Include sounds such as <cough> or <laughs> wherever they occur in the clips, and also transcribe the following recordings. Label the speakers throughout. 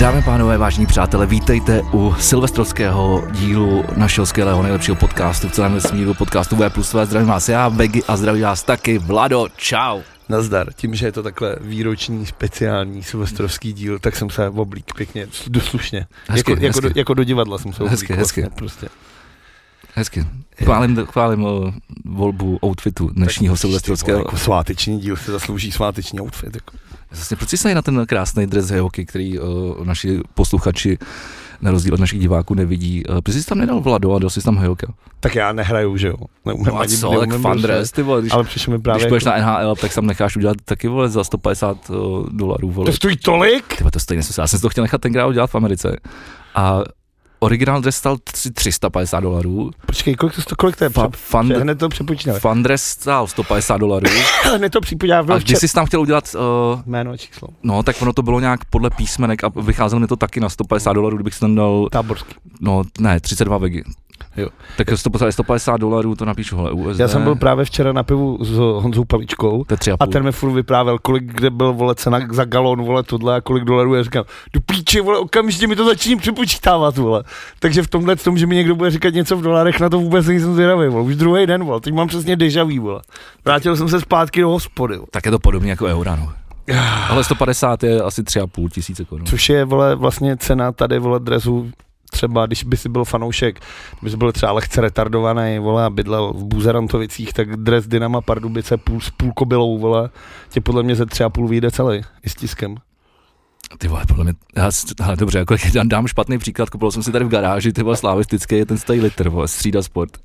Speaker 1: Dámy a pánové, vážní přátelé, vítejte u silvestrovského dílu našeho skvělého nejlepšího podcastu v celém vesmíru, podcastu V plus V. Zdravím vás já, Begy a zdravím vás taky Vlado, čau.
Speaker 2: Jako- Nazdar, tím, že je to takhle výroční, speciální silvestrovský díl, tak jsem se oblík pěkně, doslušně.
Speaker 1: Hezky,
Speaker 2: jako, jako,
Speaker 1: hezky.
Speaker 2: do, jako do divadla jsem se oblík.
Speaker 1: Hezky, hezky.
Speaker 2: Vlastně, prostě.
Speaker 1: Hezky. Chválím, chválím eh, volbu outfitu dnešního silvestrovského.
Speaker 2: Jako sváteční díl se zaslouží sváteční outfit. Jako.
Speaker 1: Vlastně, proč jsi se na ten krásný dres hejhoky, který uh, naši posluchači na rozdíl od našich diváků nevidí. Uh, proč jsi tam nedal Vlado a dal jsi tam hejoka?
Speaker 2: Tak já nehraju, že jo. Neumím
Speaker 1: No a
Speaker 2: ani-
Speaker 1: co,
Speaker 2: neumím
Speaker 1: tak
Speaker 2: dobře.
Speaker 1: fan dress, ty vole, když,
Speaker 2: Ale přišel mi právě... jako-
Speaker 1: když budeš na NHL, tak sam necháš udělat taky, vole, za 150 uh, dolarů, vole.
Speaker 2: To stojí tolik?
Speaker 1: Tyba, to stejně jsem já jsem si to chtěl nechat tenkrát udělat v Americe. A originál dres stal tři- 350 dolarů,
Speaker 2: Počkej, kolik to, sto- kolik to je?
Speaker 1: fa-
Speaker 2: Fa-
Speaker 1: fan,
Speaker 2: Hned to přepočítám.
Speaker 1: fan dress stál 150 dolarů.
Speaker 2: Hned to přepočítám.
Speaker 1: A
Speaker 2: Byl
Speaker 1: když
Speaker 2: včera.
Speaker 1: jsi tam chtěl udělat, uh,
Speaker 2: Jméno a číslo.
Speaker 1: no tak ono to bylo nějak podle písmenek a vycházelo mi to taky na 150 dolarů, kdybych si tam dal
Speaker 2: Táborský.
Speaker 1: No, ne, 32 vegy.
Speaker 2: Jo.
Speaker 1: Tak 100, 150 dolarů, to napíšu, hele, USD.
Speaker 2: Já jsem byl právě včera na pivu s Honzou Paličkou
Speaker 1: To je tři a
Speaker 2: A
Speaker 1: půl.
Speaker 2: ten mi furt vyprávěl, kolik kde byl vole cena za galon, vole tohle a kolik dolarů. Já říkám, do píče, vole, okamžitě mi to začíním přepočítávat, vole. Takže v tomhle tom, že mi někdo bude říkat něco v dolarech, na to vůbec nejsem zvědavý, vole. Už druhý den, vole, teď mám přesně deja vu, vole. Vrátil jsem se zpátky do hospody, vole.
Speaker 1: Tak je to podobně jako eura, no.
Speaker 2: Ah.
Speaker 1: Ale 150 je asi 3,5 tisíce korun.
Speaker 2: což je, vole, vlastně cena tady, vole, dresu třeba, když by si byl fanoušek, kdyby si byl třeba lehce retardovaný, vole, a bydlel v Buzerantovicích, tak dres Dynama Pardubice půl, s půlkobylou, vole, tě podle mě ze tři a půl vyjde celý, i s tiskem.
Speaker 1: Ty vole, podle mě, já, s- hele, dobře, jako <laughs> dám, dám špatný příklad, kupoval jsem si tady v garáži, ty vole, slavistický, je ten stejný litr, vole, střída sport.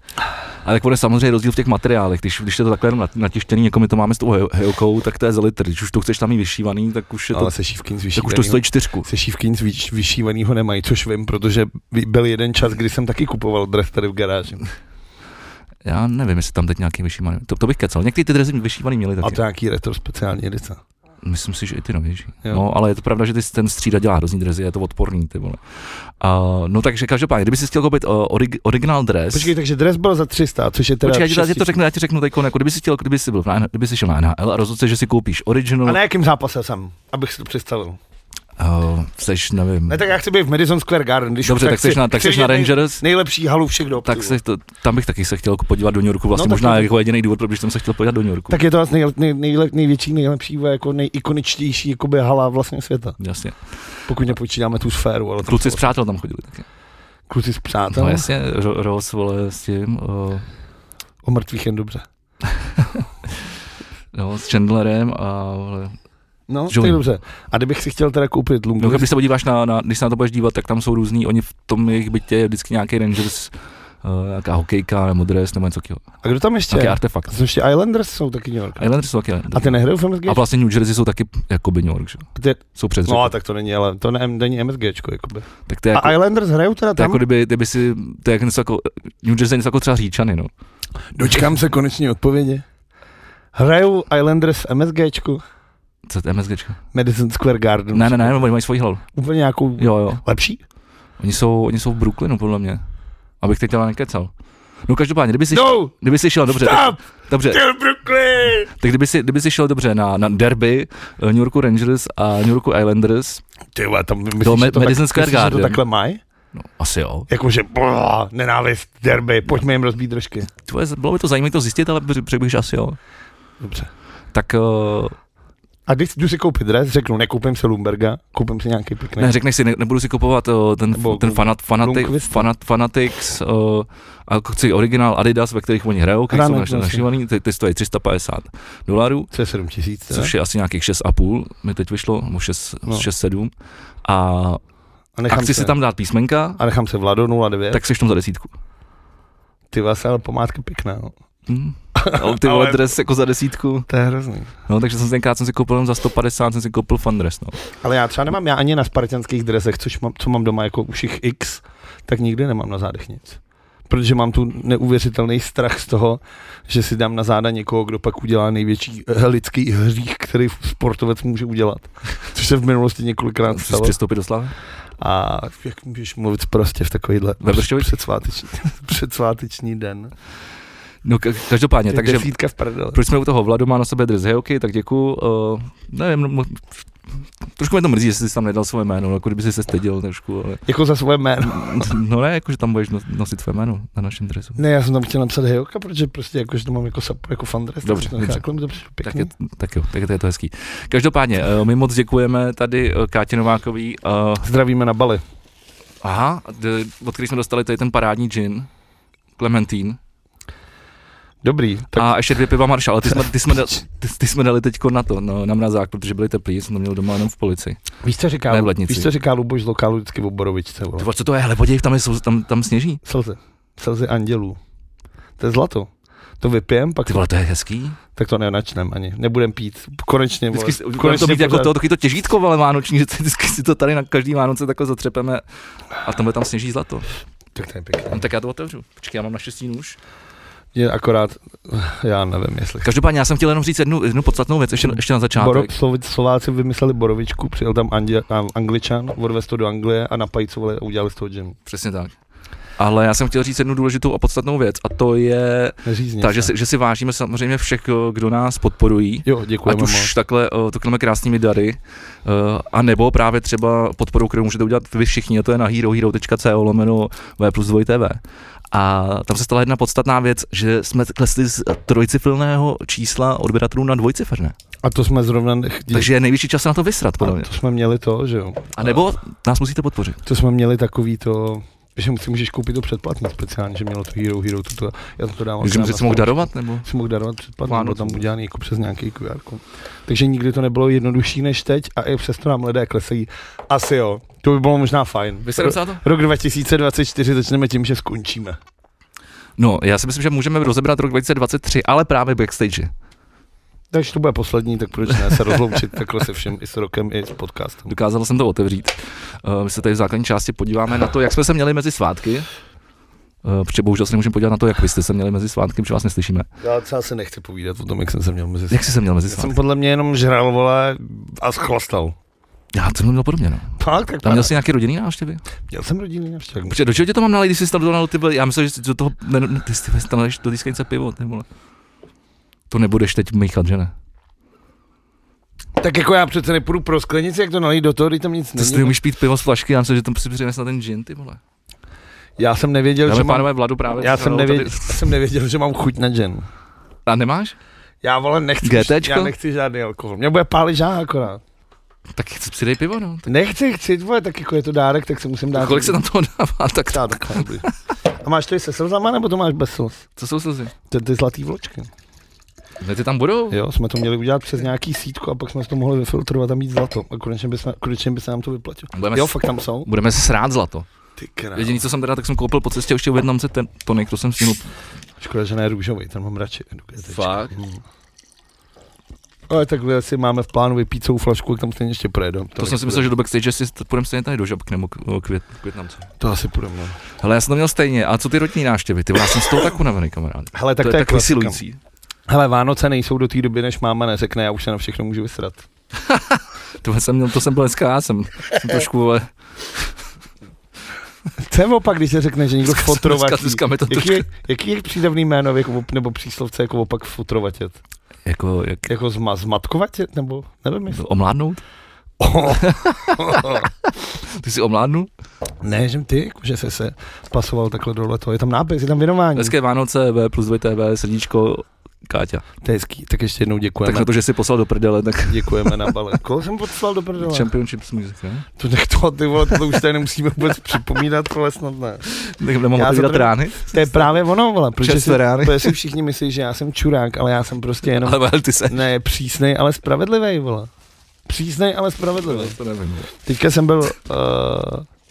Speaker 1: Ale tak bude samozřejmě rozdíl v těch materiálech, když, když je to takhle jenom nat- natištěný, jako my to máme s tou hej- hejokou, tak to je za litr, když už to chceš tam mít vyšívaný, tak už je to,
Speaker 2: Ale no. se šívkým z
Speaker 1: tak už to
Speaker 2: vyšívaného-
Speaker 1: stojí čtyřku.
Speaker 2: se šívkým z vyš- vyšívaného nemají, což vím, protože by- byl jeden čas, kdy jsem taky kupoval dres tady
Speaker 1: <laughs>
Speaker 2: v garáži.
Speaker 1: Já nevím, jestli tam teď nějaký vyšívaný, to, to bych kecal, některý ty dresy vyšívaný měli taky.
Speaker 2: A to nějaký retro speciální edice.
Speaker 1: Myslím si, že i ty novější.
Speaker 2: Jo.
Speaker 1: No, ale je to pravda, že ty, ten střída dělá hrozný dresy, je to odporný, ty vole. Uh, no takže každopádně, kdyby si chtěl koupit uh, orig, originál dres,
Speaker 2: Počkej, takže dres byl za 300, což je teda
Speaker 1: Počkej, já ti, já ti to
Speaker 2: 6000.
Speaker 1: řeknu, já ti řeknu teď jako kdyby si chtěl, kdyby si byl v NHL, kdyby si šel na NHL a rozhodl se, že si koupíš
Speaker 2: A
Speaker 1: original,
Speaker 2: na jakém zápase jsem, abych si to představil?
Speaker 1: uh, seš, nevím,
Speaker 2: Ne, tak já chci být v Madison Square Garden, když
Speaker 1: dobře,
Speaker 2: už
Speaker 1: tak seš
Speaker 2: chci-
Speaker 1: na, tak
Speaker 2: chci
Speaker 1: seš na
Speaker 2: vidět nej-
Speaker 1: Rangers,
Speaker 2: Nejlepší halu všech dob.
Speaker 1: tak
Speaker 2: ty
Speaker 1: se to, tam bych taky se chtěl podívat do New Yorku, vlastně
Speaker 2: No, tak
Speaker 1: možná
Speaker 2: to-
Speaker 1: jako jediný důvod, proč jsem se chtěl podívat do New Yorku.
Speaker 2: Tak je to vlastně nej, nej, nejlep- největší, nejlepší, jako nejikoničtější jakoby, hala vlastně světa.
Speaker 1: Jasně.
Speaker 2: Pokud nepočítáme tu sféru, ale to
Speaker 1: Kluci s
Speaker 2: jsou-
Speaker 1: přátel tam chodili taky.
Speaker 2: kluci s přátel
Speaker 1: No jasně, Ro- Ross, vole, s tím, uh,
Speaker 2: o mrtvých jen dobře.
Speaker 1: no, s Chandlerem a vole,
Speaker 2: No,
Speaker 1: Julie.
Speaker 2: tak dobře. A kdybych si chtěl teda koupit
Speaker 1: No,
Speaker 2: Lungu,
Speaker 1: když se podíváš na, na, když se na to budeš dívat, tak tam jsou různý, oni v tom jejich bytě je vždycky nějaký Rangers, uh, nějaká hokejka nebo dres nebo něco takového.
Speaker 2: a kdo tam ještě?
Speaker 1: Nějaký
Speaker 2: je?
Speaker 1: artefakt.
Speaker 2: Což ty Islanders jsou taky New York.
Speaker 1: Islanders jsou taky.
Speaker 2: A ty nehrajou v MSG?
Speaker 1: a vlastně New Jersey jsou taky jakoby New York, že? jo?
Speaker 2: Ty,
Speaker 1: Jsou přes
Speaker 2: no
Speaker 1: řekou.
Speaker 2: a tak to není, ale to ne, není MSGčko, jakoby.
Speaker 1: tak to je jako,
Speaker 2: A Islanders hrajou teda
Speaker 1: to je
Speaker 2: tam?
Speaker 1: jako kdyby, kdyby si, to je jak něco jako, New Jersey je něco jako třeba Říčany, no.
Speaker 2: Dočkám se konečně odpovědi. Hrajou Islanders v MSGčku?
Speaker 1: Co to je MSG?
Speaker 2: Madison Square Garden.
Speaker 1: Ne, ne, ne, oni mají svoji hlavu.
Speaker 2: Úplně nějakou
Speaker 1: Jo, jo.
Speaker 2: lepší?
Speaker 1: Oni jsou, oni jsou v Brooklynu, podle mě. Abych teď ale nekecal. No každopádně, kdyby si,
Speaker 2: No!
Speaker 1: kdyby si šel, dobře, tak,
Speaker 2: Stop!
Speaker 1: dobře,
Speaker 2: Kill Brooklyn!
Speaker 1: tak kdyby si, kdyby si šel dobře na, na derby eh, New Yorku Rangers a New Yorku Islanders,
Speaker 2: Ty vole, tam myslíš,
Speaker 1: Do
Speaker 2: že to,
Speaker 1: Madison
Speaker 2: tak,
Speaker 1: Square
Speaker 2: myslíš, že to
Speaker 1: Garden.
Speaker 2: takhle mají?
Speaker 1: no asi jo,
Speaker 2: Jakože blá, nenávist, derby, pojďme jim rozbít držky.
Speaker 1: Tvoje, bylo by to zajímavé to zjistit, ale ř- řekl bych, že asi jo.
Speaker 2: Dobře.
Speaker 1: Tak uh,
Speaker 2: A když jdu si koupit dres, řeknu, nekoupím si Lumberga, koupím si nějaký pěkný.
Speaker 1: ne, řekneš si, ne, nebudu si kupovat uh, ten,
Speaker 2: Nebo
Speaker 1: ten fanat, fanatik,
Speaker 2: Blomqvist.
Speaker 1: fanat, Fanatics, uh, a jako chci originál Adidas, ve kterých oni hrajou, které
Speaker 2: Hrané,
Speaker 1: jsou
Speaker 2: jasně.
Speaker 1: naš- našívaný, ty, ty stojí 350 dolarů,
Speaker 2: Co je 7 tisíc?
Speaker 1: což je asi nějakých 6,5, mi teď vyšlo, nebo 6,
Speaker 2: No.
Speaker 1: 6 7. A,
Speaker 2: A
Speaker 1: a
Speaker 2: nechám
Speaker 1: chci
Speaker 2: se,
Speaker 1: si tam dát písmenka,
Speaker 2: a nechám se Vlado 09.
Speaker 1: tak jsi v tom za desítku.
Speaker 2: Ty vás ale pomádka pěkná, no. <laughs>
Speaker 1: Hm. A ty vole
Speaker 2: Ale-
Speaker 1: dres jako za desítku.
Speaker 2: To je hrozný.
Speaker 1: No, takže jsem si tenkrát jsem si koupil jenom za 150, jsem si koupil fan dress, no.
Speaker 2: Ale já třeba nemám, já ani na spartianských dresech, což mám, co mám doma jako už jich X, tak nikdy nemám na zádech nic. Protože mám tu neuvěřitelný strach z toho, že si dám na záda někoho, kdo pak udělá největší eh, lidský hřích, který sportovec může udělat. Což se v minulosti několikrát
Speaker 1: Chci
Speaker 2: stalo.
Speaker 1: přistoupit do slávy.
Speaker 2: A jak můžeš mluvit prostě v takovýhle
Speaker 1: Ve Vršovicích?
Speaker 2: <laughs> předsváteční, předsváteční den.
Speaker 1: No, ka- každopádně,
Speaker 2: Takže
Speaker 1: takže
Speaker 2: desítka v prdele.
Speaker 1: Proč jsme u toho Vladu má na sobě dres hejky, tak děkuju. Uh, eh, nevím, no, mo- trošku mě to mrzí, že jsi tam nedal svoje jméno, no, jako kdyby jsi se styděl trošku, ale...
Speaker 2: Jako za svoje jméno.
Speaker 1: No ne, jakože tam budeš nos- nosit své jméno na našem dresu.
Speaker 2: Ne, já jsem tam chtěl napsat Hejoka, protože prostě jakože to mám jako, sub- jako fandres.
Speaker 1: Dobře,
Speaker 2: tak,
Speaker 1: dobře.
Speaker 2: dobře. to přišlo
Speaker 1: Tak,
Speaker 2: pěkný.
Speaker 1: je, tak jo, tak to je to hezký. Každopádně, eh, my moc děkujeme tady eh, Kátě Novákový. eh,
Speaker 2: Zdravíme na Bali.
Speaker 1: Aha, d- od který jsme dostali tady ten parádní gin, Clementín.
Speaker 2: Dobrý, tak
Speaker 1: A ještě dvě piva Marshall, ale ty jsme, ty jsme, <laughs> dali, ty, ty jsme dali teďko na to, no, na mrazák, protože byly teplý, jsem to měl doma jenom v polici.
Speaker 2: víš, co říká,
Speaker 1: ne v lednici.
Speaker 2: víš, co říká Luboš z lokálu vždycky v Oborovičce, vole?
Speaker 1: Ty vole, co to je, hele, poděj, tam, je, slz- tam, tam sněží.
Speaker 2: Slzy. Slzy andělů. To je zlato. To vypijem, pak
Speaker 1: Ty vole, to je hezký.
Speaker 2: tak to nenačnem ani. Nebudem pít. Konečně, vole,
Speaker 1: Vždycky si- bude
Speaker 2: konečně
Speaker 1: to být jako
Speaker 2: pořád-
Speaker 1: to, taky to těžítko, ale vánoční, <laughs> že si- vždycky si to tady na každý Vánoce takhle zatřepeme a tam tam sněží zlato.
Speaker 2: Tak to je pěkné.
Speaker 1: No, tak já to otevřu. Počkej, já mám naštěstí nůž.
Speaker 2: Je akorát, <laughs> já nevím, jestli.
Speaker 1: Každopádně já jsem chtěl jenom říct jednu, jednu podstatnou věc ještě, ještě na začátek.
Speaker 2: Boro, Slovi- Slováci vymysleli borovičku, přijel tam Andě, a- angličan, odvez to do Anglie a napajcovali a udělali z toho džem.
Speaker 1: Přesně tak. Ale já jsem chtěl říct jednu důležitou a podstatnou věc a to je
Speaker 2: Neřízně.
Speaker 1: ta, že si, že si vážíme samozřejmě všech, kdo nás podporují.
Speaker 2: Jo, děkujeme
Speaker 1: Ať už
Speaker 2: moc.
Speaker 1: takhle uh, takhle krásnými dary, uh, a nebo právě třeba podporou, kterou můžete udělat vy všichni, a to je na herohero.co lomeno V plus 2 TV. A tam se stala jedna podstatná věc, že jsme klesli z trojcifrného čísla odběratelů na dvojciferné.
Speaker 2: A to jsme zrovna nechtěli.
Speaker 1: Takže je nejvyšší čas se na to vysrat, podle mě.
Speaker 2: A to jsme měli to, že jo.
Speaker 1: A nebo nás musíte podpořit.
Speaker 2: To jsme měli takový to, že si můžeš koupit to předplatné speciálně, že mělo to Hero Hero, tuto, já jsem to dávám.
Speaker 1: Že jsem No, si mohl darovat, nebo?
Speaker 2: si mohl darovat předplatné,
Speaker 1: Vánoce.
Speaker 2: bylo tam udělaný jako přes nějaký QR. kód. Takže nikdy to nebylo jednodušší než teď a i přesto nám lidé klesají. Asi jo, to by bylo možná fajn.
Speaker 1: Vy jste
Speaker 2: Ro-
Speaker 1: napsal to?
Speaker 2: Rok 2024 začneme tím, že skončíme.
Speaker 1: No, já si myslím, že můžeme rozebrat rok 2023, ale právě backstage.
Speaker 2: Takže to bude poslední, tak proč ne se rozloučit takhle se všem, i s rokem, i s podcastem.
Speaker 1: Dokázal jsem to otevřít. Eh, My se tady v základní části podíváme na to, jak jsme se měli mezi svátky. Eh, Protože bohužel se nemůžeme podívat na to, jak vy jste se měli mezi svátky, protože vás neslyšíme.
Speaker 2: Já třeba se nechci povídat o tom, jak jsem se měl mezi
Speaker 1: Jak jsi se měl mezi
Speaker 2: Já jsem
Speaker 1: svátky?
Speaker 2: podle mě jenom žral, vole, a schlastal.
Speaker 1: Já to měl podobně, no.
Speaker 2: Tak, tak
Speaker 1: Tam měl jsi nějaký rodinný návštěvy?
Speaker 2: měl jsem rodinný návštěv.
Speaker 1: Protože do čeho tě to mám nalít, když jsi tam dodal ty vole, Já myslím, že jsi do toho, ne, ne, ty jsi tam naleješ do týskanice pivo, ty vole. To nebudeš teď míchat, že ne?
Speaker 2: Tak jako já přece nepůjdu pro sklenici, jak to nalít do toho, když tam nic
Speaker 1: Ty si
Speaker 2: není.
Speaker 1: umíš pít pivo z flašky, já myslím, že tam si přines na ten gin, ty vole.
Speaker 2: Já jsem nevěděl,
Speaker 1: Dámy
Speaker 2: že mám...
Speaker 1: pánové, Vladu právě.
Speaker 2: Já
Speaker 1: tady-
Speaker 2: jsem, nevěděl, já jsem nevěděl, že mám chuť na džin.
Speaker 1: A nemáš?
Speaker 2: Já vole nechci,
Speaker 1: GTčko?
Speaker 2: já nechci žádný alkohol. Mě bude pálit žák akorát.
Speaker 1: Tak si dej pivo, no.
Speaker 2: Nechci, chci, vole, tak jako je to dárek, tak se musím dát.
Speaker 1: Tak kolik se tam toho dává, tak
Speaker 2: Já takhle. dobrý. A máš to i se slzama, nebo to máš bez slz?
Speaker 1: co jsou slzy?
Speaker 2: To je ty zlatý vločky.
Speaker 1: Ne, ty tam budou?
Speaker 2: Jo, jsme to měli udělat přes nějaký sítko a pak jsme to mohli vyfiltrovat a mít zlato. A konečně by, jsme, konečně by se nám to vyplatilo.
Speaker 1: Budeme,
Speaker 2: Jo,
Speaker 1: s-
Speaker 2: fakt tam jsou.
Speaker 1: budeme srát zlato.
Speaker 2: Ty král.
Speaker 1: Jediný, co jsem teda, tak jsem koupil po cestě ještě u Větnamce ten tonik, to jsem stihnul.
Speaker 2: Škoda, že ne růžový, ten mám radši. GTčko.
Speaker 1: Fakt?
Speaker 2: Hmm. Ale takhle si máme v plánu vypít celou flašku, jak tam stejně ještě projedem.
Speaker 1: To jsem si myslel, že do backstage, že si st- půjdeme stejně tady do žabk nebo k, k, vět, k Větnamce.
Speaker 2: To asi půjdeme. no.
Speaker 1: Hele, já jsem to měl stejně. A co ty rodní návštěvy? Ty vole, já jsem z toho tak unavený, kamarád.
Speaker 2: Hele, tak
Speaker 1: to, je tak
Speaker 2: klasika.
Speaker 1: vysilující.
Speaker 2: Hele, Vánoce nejsou do té doby, než máma neřekne, já už se na všechno můžu vysrat.
Speaker 1: To jsem, měl, to jsem byl dneska, já jsem, jsem trošku, vole,
Speaker 2: Co je opak, když se řekne, že někdo
Speaker 1: Dneska- dneska-
Speaker 2: fotrovatí?
Speaker 1: dneska mi to
Speaker 2: Jaký,
Speaker 1: trošku-
Speaker 2: je- jaký je přídavný jméno jako, op- nebo příslovce jako opak fotrovatět?
Speaker 1: jako, jak,
Speaker 2: Jako zma, zmatkovatět? Nebo nevím jestli.
Speaker 1: omládnout? Ty jsi omládnul?
Speaker 2: <laughs> ne, že ty, jako, že jsi se spasoval takhle dole toho. Je tam nápis, je tam věnování.
Speaker 1: Hezké Vánoce, V plus 2 TV, srdíčko, Káťa.
Speaker 2: To je hezký. Tak ještě jednou
Speaker 1: Tak
Speaker 2: děkujeme.
Speaker 1: na to, že jsi poslal do prdele, tak
Speaker 2: Děkujeme na bale. <laughs> Koho jsem poslal do prdele?
Speaker 1: Championship music, ne?
Speaker 2: To nech to, ty vole, to už tady nemusíme vůbec připomínat, ale snad ne.
Speaker 1: Tak nemám
Speaker 2: Já
Speaker 1: já
Speaker 2: za
Speaker 1: dělat
Speaker 2: to-
Speaker 1: rány?
Speaker 2: To je právě ono, vole, protože si,
Speaker 1: Čerstvé rány.
Speaker 2: protože si všichni myslí, že já jsem čurák, ale já jsem prostě jenom
Speaker 1: Ale, ale ty se...
Speaker 2: Ne, přísnej, ale spravedlivý, vole. Přísnej, ale spravedlivý.
Speaker 1: To nevím.
Speaker 2: Teďka jsem byl uh,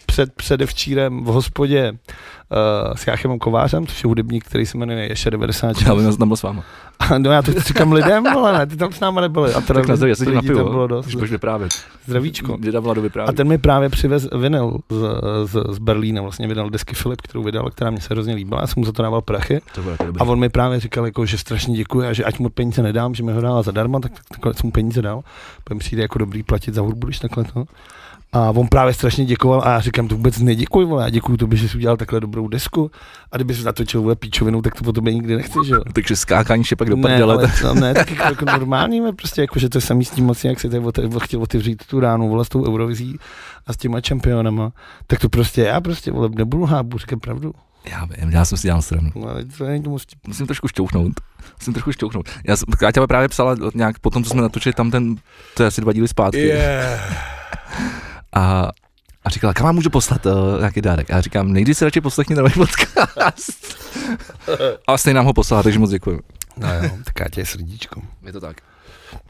Speaker 2: před, předevčírem v hospodě uh, s Jáchemem Kovářem, což je hudebník, který se jmenuje Ješe 96.
Speaker 1: Já bych tam byl s váma.
Speaker 2: A <laughs> No já to říkám lidem, ale ne, ty tam s náma nebyli. A teda
Speaker 1: Tak na zdraví, já se tím
Speaker 2: lidí
Speaker 1: napiju.
Speaker 2: tam bylo dost.
Speaker 1: Už budeš vyprávět.
Speaker 2: Zdravíčko.
Speaker 1: Děda Vlado
Speaker 2: A
Speaker 1: vyprávět.
Speaker 2: ten mi právě přivez vinyl z, z, z Berlína, vlastně vydal desky Filip, kterou vydal, která mě se hrozně líbila, já jsem mu za to dával prachy.
Speaker 1: To bude to dobrý.
Speaker 2: A on mi právě říkal, jako, že strašně děkuji a že ať mu peníze nedám, že mi ho dává zadarma, tak, tak nakonec mu peníze dal. Pak mi přijde jako dobrý platit za hudbu, když takhle to. A on právě strašně děkoval a já říkám, to vůbec neděkuji, vole, já děkuji tobě, že jsi udělal takhle dobrou desku a kdyby jsi natočil vole píčovinu, tak to po tobě nikdy nechci, že jo.
Speaker 1: Takže skákání šepak do
Speaker 2: Ne,
Speaker 1: prdele.
Speaker 2: ale, no, ne, tak jako, jako normální, ale prostě jako, že to je samý s tím moc, jak si tady ote- chtěl otevřít tu ránu, vole, s tou Eurovizí a s těma čempionama, tak to prostě já prostě, vole, nebudu hábu, říkám pravdu.
Speaker 1: <laughs> Já vím, já jsem si dělal stranu.
Speaker 2: No, ale to není tomu vtip.
Speaker 1: Musím trošku šťouchnout. Musím trošku šťouchnout. Já, jsem- Káťa mi právě psala nějak po tom, co jsme natočili tam ten, to je asi dva díly zpátky. A, a říkala, kam vám můžu poslat uh, nějaký dárek? A já říkám, nejdi si radši poslechni nový <laughs> podcast. <laughs> a stejně nám ho poslala, takže moc děkuji.
Speaker 2: No jo, tak já tě je srdíčko.
Speaker 1: Je to tak.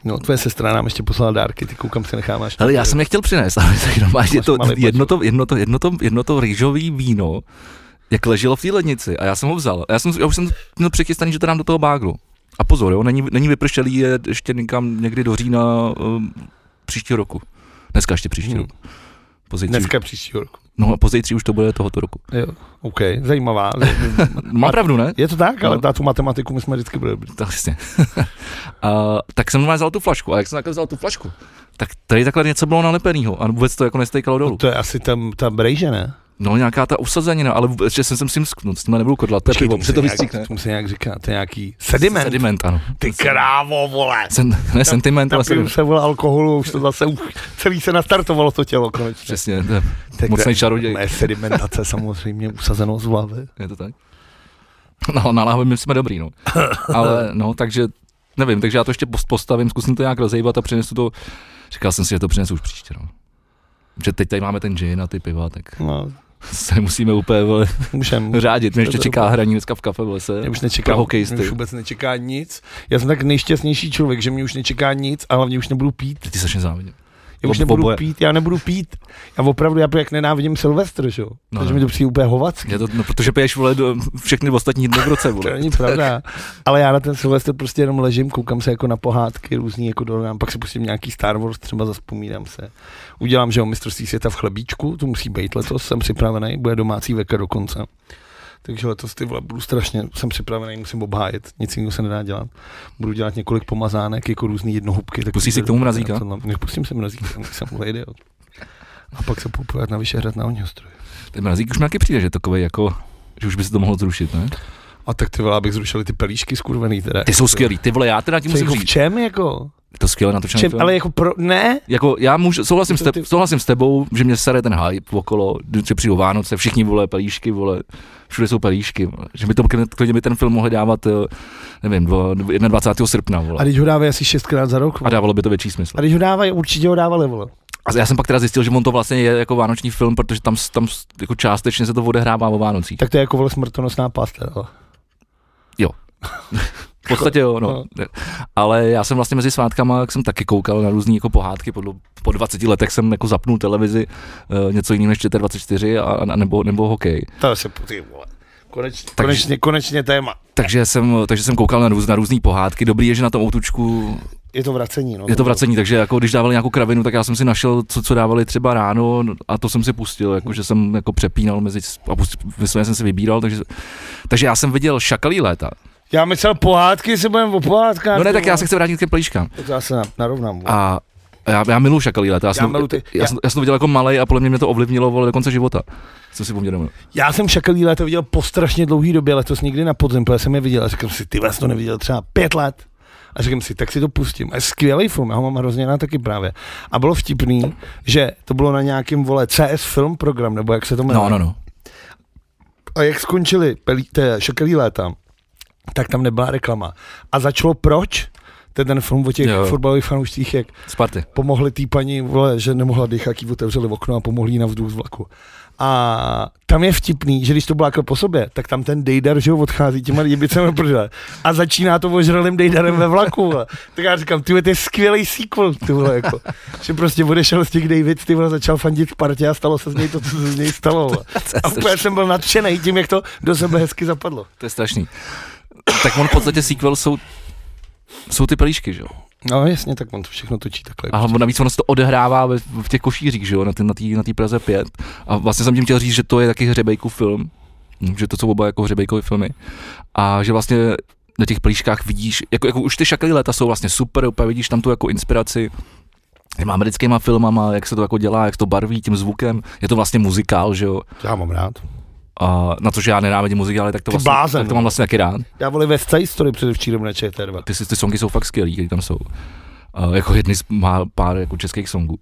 Speaker 2: No, tvoje sestra nám ještě poslala dárky, ty koukám se necháváš.
Speaker 1: Hele, já jsem nechtěl přinést, ale tak jenom, je to
Speaker 2: eh, malý
Speaker 1: jedno to, jedno to, jedno to, jedno to rýžový víno, jak leželo v té lednici a já jsem ho vzal. A Já, jsem, já už jsem měl přechystaný, že to dám do toho báglu. A pozor, jo, není, není vypršelý, je ještě někam někdy do října um, příštího roku. Dneska ještě příští
Speaker 2: Hmm.
Speaker 1: hmm. rok. Pozejtří, Dneska.
Speaker 2: Dneska příštího roku.
Speaker 1: No a pozejtří už to bude tohoto roku.
Speaker 2: Jo. OK, zajímavá.
Speaker 1: Má pravdu, ne?
Speaker 2: Je to tak, ale
Speaker 1: No.
Speaker 2: na tu matematiku my jsme vždycky byli dobrý.
Speaker 1: To jasně. <laughs> a, tak jsem normálně vzal tu flašku. A jak jsem takhle vzal tu flašku, tak tady takhle něco bylo nalepenýho a vůbec to jako nestejkalo dolů.
Speaker 2: To je asi tam, ta brejže, ne?
Speaker 1: No nějaká ta usazenina, ale vůbec, že jsem jsem s tím sknut, s tím nebudu kodlat, to je
Speaker 2: Počkej,
Speaker 1: pivo,
Speaker 2: tomu se
Speaker 1: protože to
Speaker 2: nějak-
Speaker 1: vystříkne.
Speaker 2: Tomu se nějak říká, to je nějaký sediment.
Speaker 1: Sediment, ano.
Speaker 2: Ty krávo, vole.
Speaker 1: Sen, ne sentiment, ale
Speaker 2: Napiju
Speaker 1: sediment.
Speaker 2: se, vole, alkoholu, už to zase, už celý se nastartovalo to tělo konečně.
Speaker 1: Přesně, to je,
Speaker 2: Tak
Speaker 1: mocnej
Speaker 2: to je-
Speaker 1: čaroděj.
Speaker 2: Moje sedimentace samozřejmě usazenou z hlavy.
Speaker 1: je to tak. No, na láhve my jsme dobrý, no. Ale no, takže nevím, takže já to ještě post- postavím, zkusím to nějak rozejbat a přinesu to. Říkal jsem si, že to přinesu už příště, no. Že teď tady máme ten gin a ty piva, tak
Speaker 2: No,
Speaker 1: se musíme úplně vole,
Speaker 2: můžem.
Speaker 1: řádit. Mě ještě
Speaker 2: To- to-
Speaker 1: čeká hraní dneska v kafe v lese.
Speaker 2: Mě už nečeká,
Speaker 1: Pro hokejisty.
Speaker 2: mě už vůbec nečeká nic. Já jsem tak nejšťastnější člověk, že mě už nečeká nic a hlavně už nebudu pít.
Speaker 1: Teď ti začne závidět.
Speaker 2: Já už
Speaker 1: Ob-
Speaker 2: nebudu
Speaker 1: oboje.
Speaker 2: pít, já nebudu pít. Já opravdu, já jako jak nenávidím Silvestr, že jo?
Speaker 1: No,
Speaker 2: No,
Speaker 1: no.
Speaker 2: Takže mi to přijde úplně hovacký.
Speaker 1: Je to, no, protože piješ vole do, všechny ostatní dny v roce,
Speaker 2: To
Speaker 1: vole.
Speaker 2: není pravda. Ale já na ten Silvestr prostě jenom ležím, koukám se jako na pohádky různý, jako do nám, pak si pustím nějaký Star Wars, třeba zaspomínám se. Udělám, že jo, mistrovství světa v chlebíčku, to musí být letos, jsem připravený, bude domácí veka dokonce. Takže letos ty vole, budu strašně, jsem připravený, musím obhájit, nic jiného se nedá dělat. Budu dělat několik pomazánek, jako různý jednohubky. Tak
Speaker 1: Pustíš si k tomu mrazíka?
Speaker 2: Nepustím si mrazíka, <laughs> jsem vole idiot. A pak se popojat na Vyšehrad na Ohňostroj.
Speaker 1: Ten mrazík už mi taky přijde, že je takovej jako že už by se to mohlo zrušit, ne?
Speaker 2: A tak ty vole, abych zrušili ty pelíšky skurvený teda.
Speaker 1: Ty jsou skvělý, eh, ty vole, já teda ti
Speaker 2: Co
Speaker 1: musím
Speaker 2: jako v
Speaker 1: říct.
Speaker 2: čem jako?
Speaker 1: To skvěle natočený
Speaker 2: Čem,
Speaker 1: film.
Speaker 2: ale jako pro, ne,
Speaker 1: Jako já můžu, souhlasím, s
Speaker 2: To
Speaker 1: te,
Speaker 2: ty-
Speaker 1: souhlasím s tebou, že mě sere ten hype okolo, že přijdu Vánoce, všichni vole pelíšky, vole, všude jsou pelíšky, vole. že by to klidně- klidně by ten film mohli dávat, eh, nevím, dva- 21. srpna,
Speaker 2: A
Speaker 1: vole.
Speaker 2: teď ho dávají asi šestkrát za rok.
Speaker 1: A
Speaker 2: vole.
Speaker 1: dávalo by to větší smysl.
Speaker 2: A teď ho dávají, určitě ho dávali, vole.
Speaker 1: A já jsem pak teda zjistil, že on to vlastně je jako vánoční film, protože tam, s- tam s- jako částečně se to odehrává o Vánocích.
Speaker 2: Tak to je jako vole smrtonosná pasta. vole.
Speaker 1: V podstatě jo, no. Ale já jsem vlastně mezi svátkama, jak jsem taky koukal na různé jako pohádky, po, dlou- po 20 letech jsem jako zapnul televizi, uh, něco jiného než 24 a, a nebo, nebo hokej.
Speaker 2: To se ty vole. Konečně, konečně, konečně téma.
Speaker 1: Takže jsem, takže jsem koukal na, růz, na různé pohádky. Dobrý je, že na tom outučku
Speaker 2: Je to vracení, no.
Speaker 1: je to vracení, takže jako když dávali nějakou kravinu, tak já jsem si našel, co, co dávali třeba ráno no, a to jsem si pustil, jako, že jsem jako přepínal mezi, a pustil, vysloveně jsem si vybíral, takže, takže já jsem viděl šakalí léta.
Speaker 2: Já myslel pohádky, se budeme o pohádkách.
Speaker 1: No ne,
Speaker 2: ty
Speaker 1: tak
Speaker 2: vole.
Speaker 1: já se chci vrátit k těm plíškám.
Speaker 2: To já se na- narovnám. vole.
Speaker 1: No. A a já, já miluji šakalí leta. Já, jsem,
Speaker 2: miluji ty-
Speaker 1: já,
Speaker 2: já-
Speaker 1: jsem, já jsem to viděl jako malý a podle mě mě to ovlivnilo vole, do konce života. Co si poměrně
Speaker 2: Já jsem šakalí léto viděl po strašně dlouhý době, letos někdy na podzim, protože jsem je viděl a říkám si, ty vás to neviděl třeba pět let. A říkám si, tak si to pustím. A je skvělý film, já ho mám hrozně rád taky právě. A bylo vtipný, že to bylo na nějakém vole CS film program, nebo jak se to jmenuje.
Speaker 1: No, no, no.
Speaker 2: A jak skončili pelí, te, šokový léta, tak tam nebyla reklama. A začalo proč? To je ten film o těch
Speaker 1: Jo.
Speaker 2: jo. fotbalových fanouštích, jak
Speaker 1: Sparty.
Speaker 2: pomohli té paní, vole, že nemohla dýchat, jí otevřeli okno a pomohli jí na vzduch z vlaku. A tam je vtipný, že když to blákal po sobě, tak tam ten Dejdar, že ho odchází těma jebicemi prdele. A začíná to ožralým Dejdarem ve vlaku. Vole. Tak já říkám, ty vole, to je skvělý sequel, ty vole, jako. Že prostě odešel z těch David, ty vole, začal fandit Spartě a stalo se z něj to, co se z něj stalo. Vole. A úplně jsem byl nadšený tím, jak to do sebe hezky zapadlo.
Speaker 1: To je strašný. Tak on v podstatě sequel jsou jsou ty pelíšky, že jo?
Speaker 2: No jasně, tak on to všechno točí takhle.
Speaker 1: A on- navíc ono se to odehrává ve, v těch košířích, že jo, na té na tý, na tý Praze 5. A vlastně jsem tím chtěl říct, že to je taky hřebejkův film, že to jsou oba jako hřebejkové filmy. A že vlastně na těch plíškách vidíš, jako, jako už ty šakalí léta jsou vlastně super, úplně vidíš tam tu jako inspiraci těma americkýma filmama, jak se to jako dělá, jak to barví tím zvukem. Je to vlastně muzikál, že jo?
Speaker 2: Já mám rád.
Speaker 1: A na což já nenávidím muzikály, tak to,
Speaker 2: Ty
Speaker 1: vlastně,
Speaker 2: blázen,
Speaker 1: tak to
Speaker 2: no.
Speaker 1: mám vlastně taky rád.
Speaker 2: Já vole West Side Story předevčírem na ČT2.
Speaker 1: Ty, si- ty songy jsou fakt skvělý, když tam jsou. A jako jedny z má pár jako českých songů.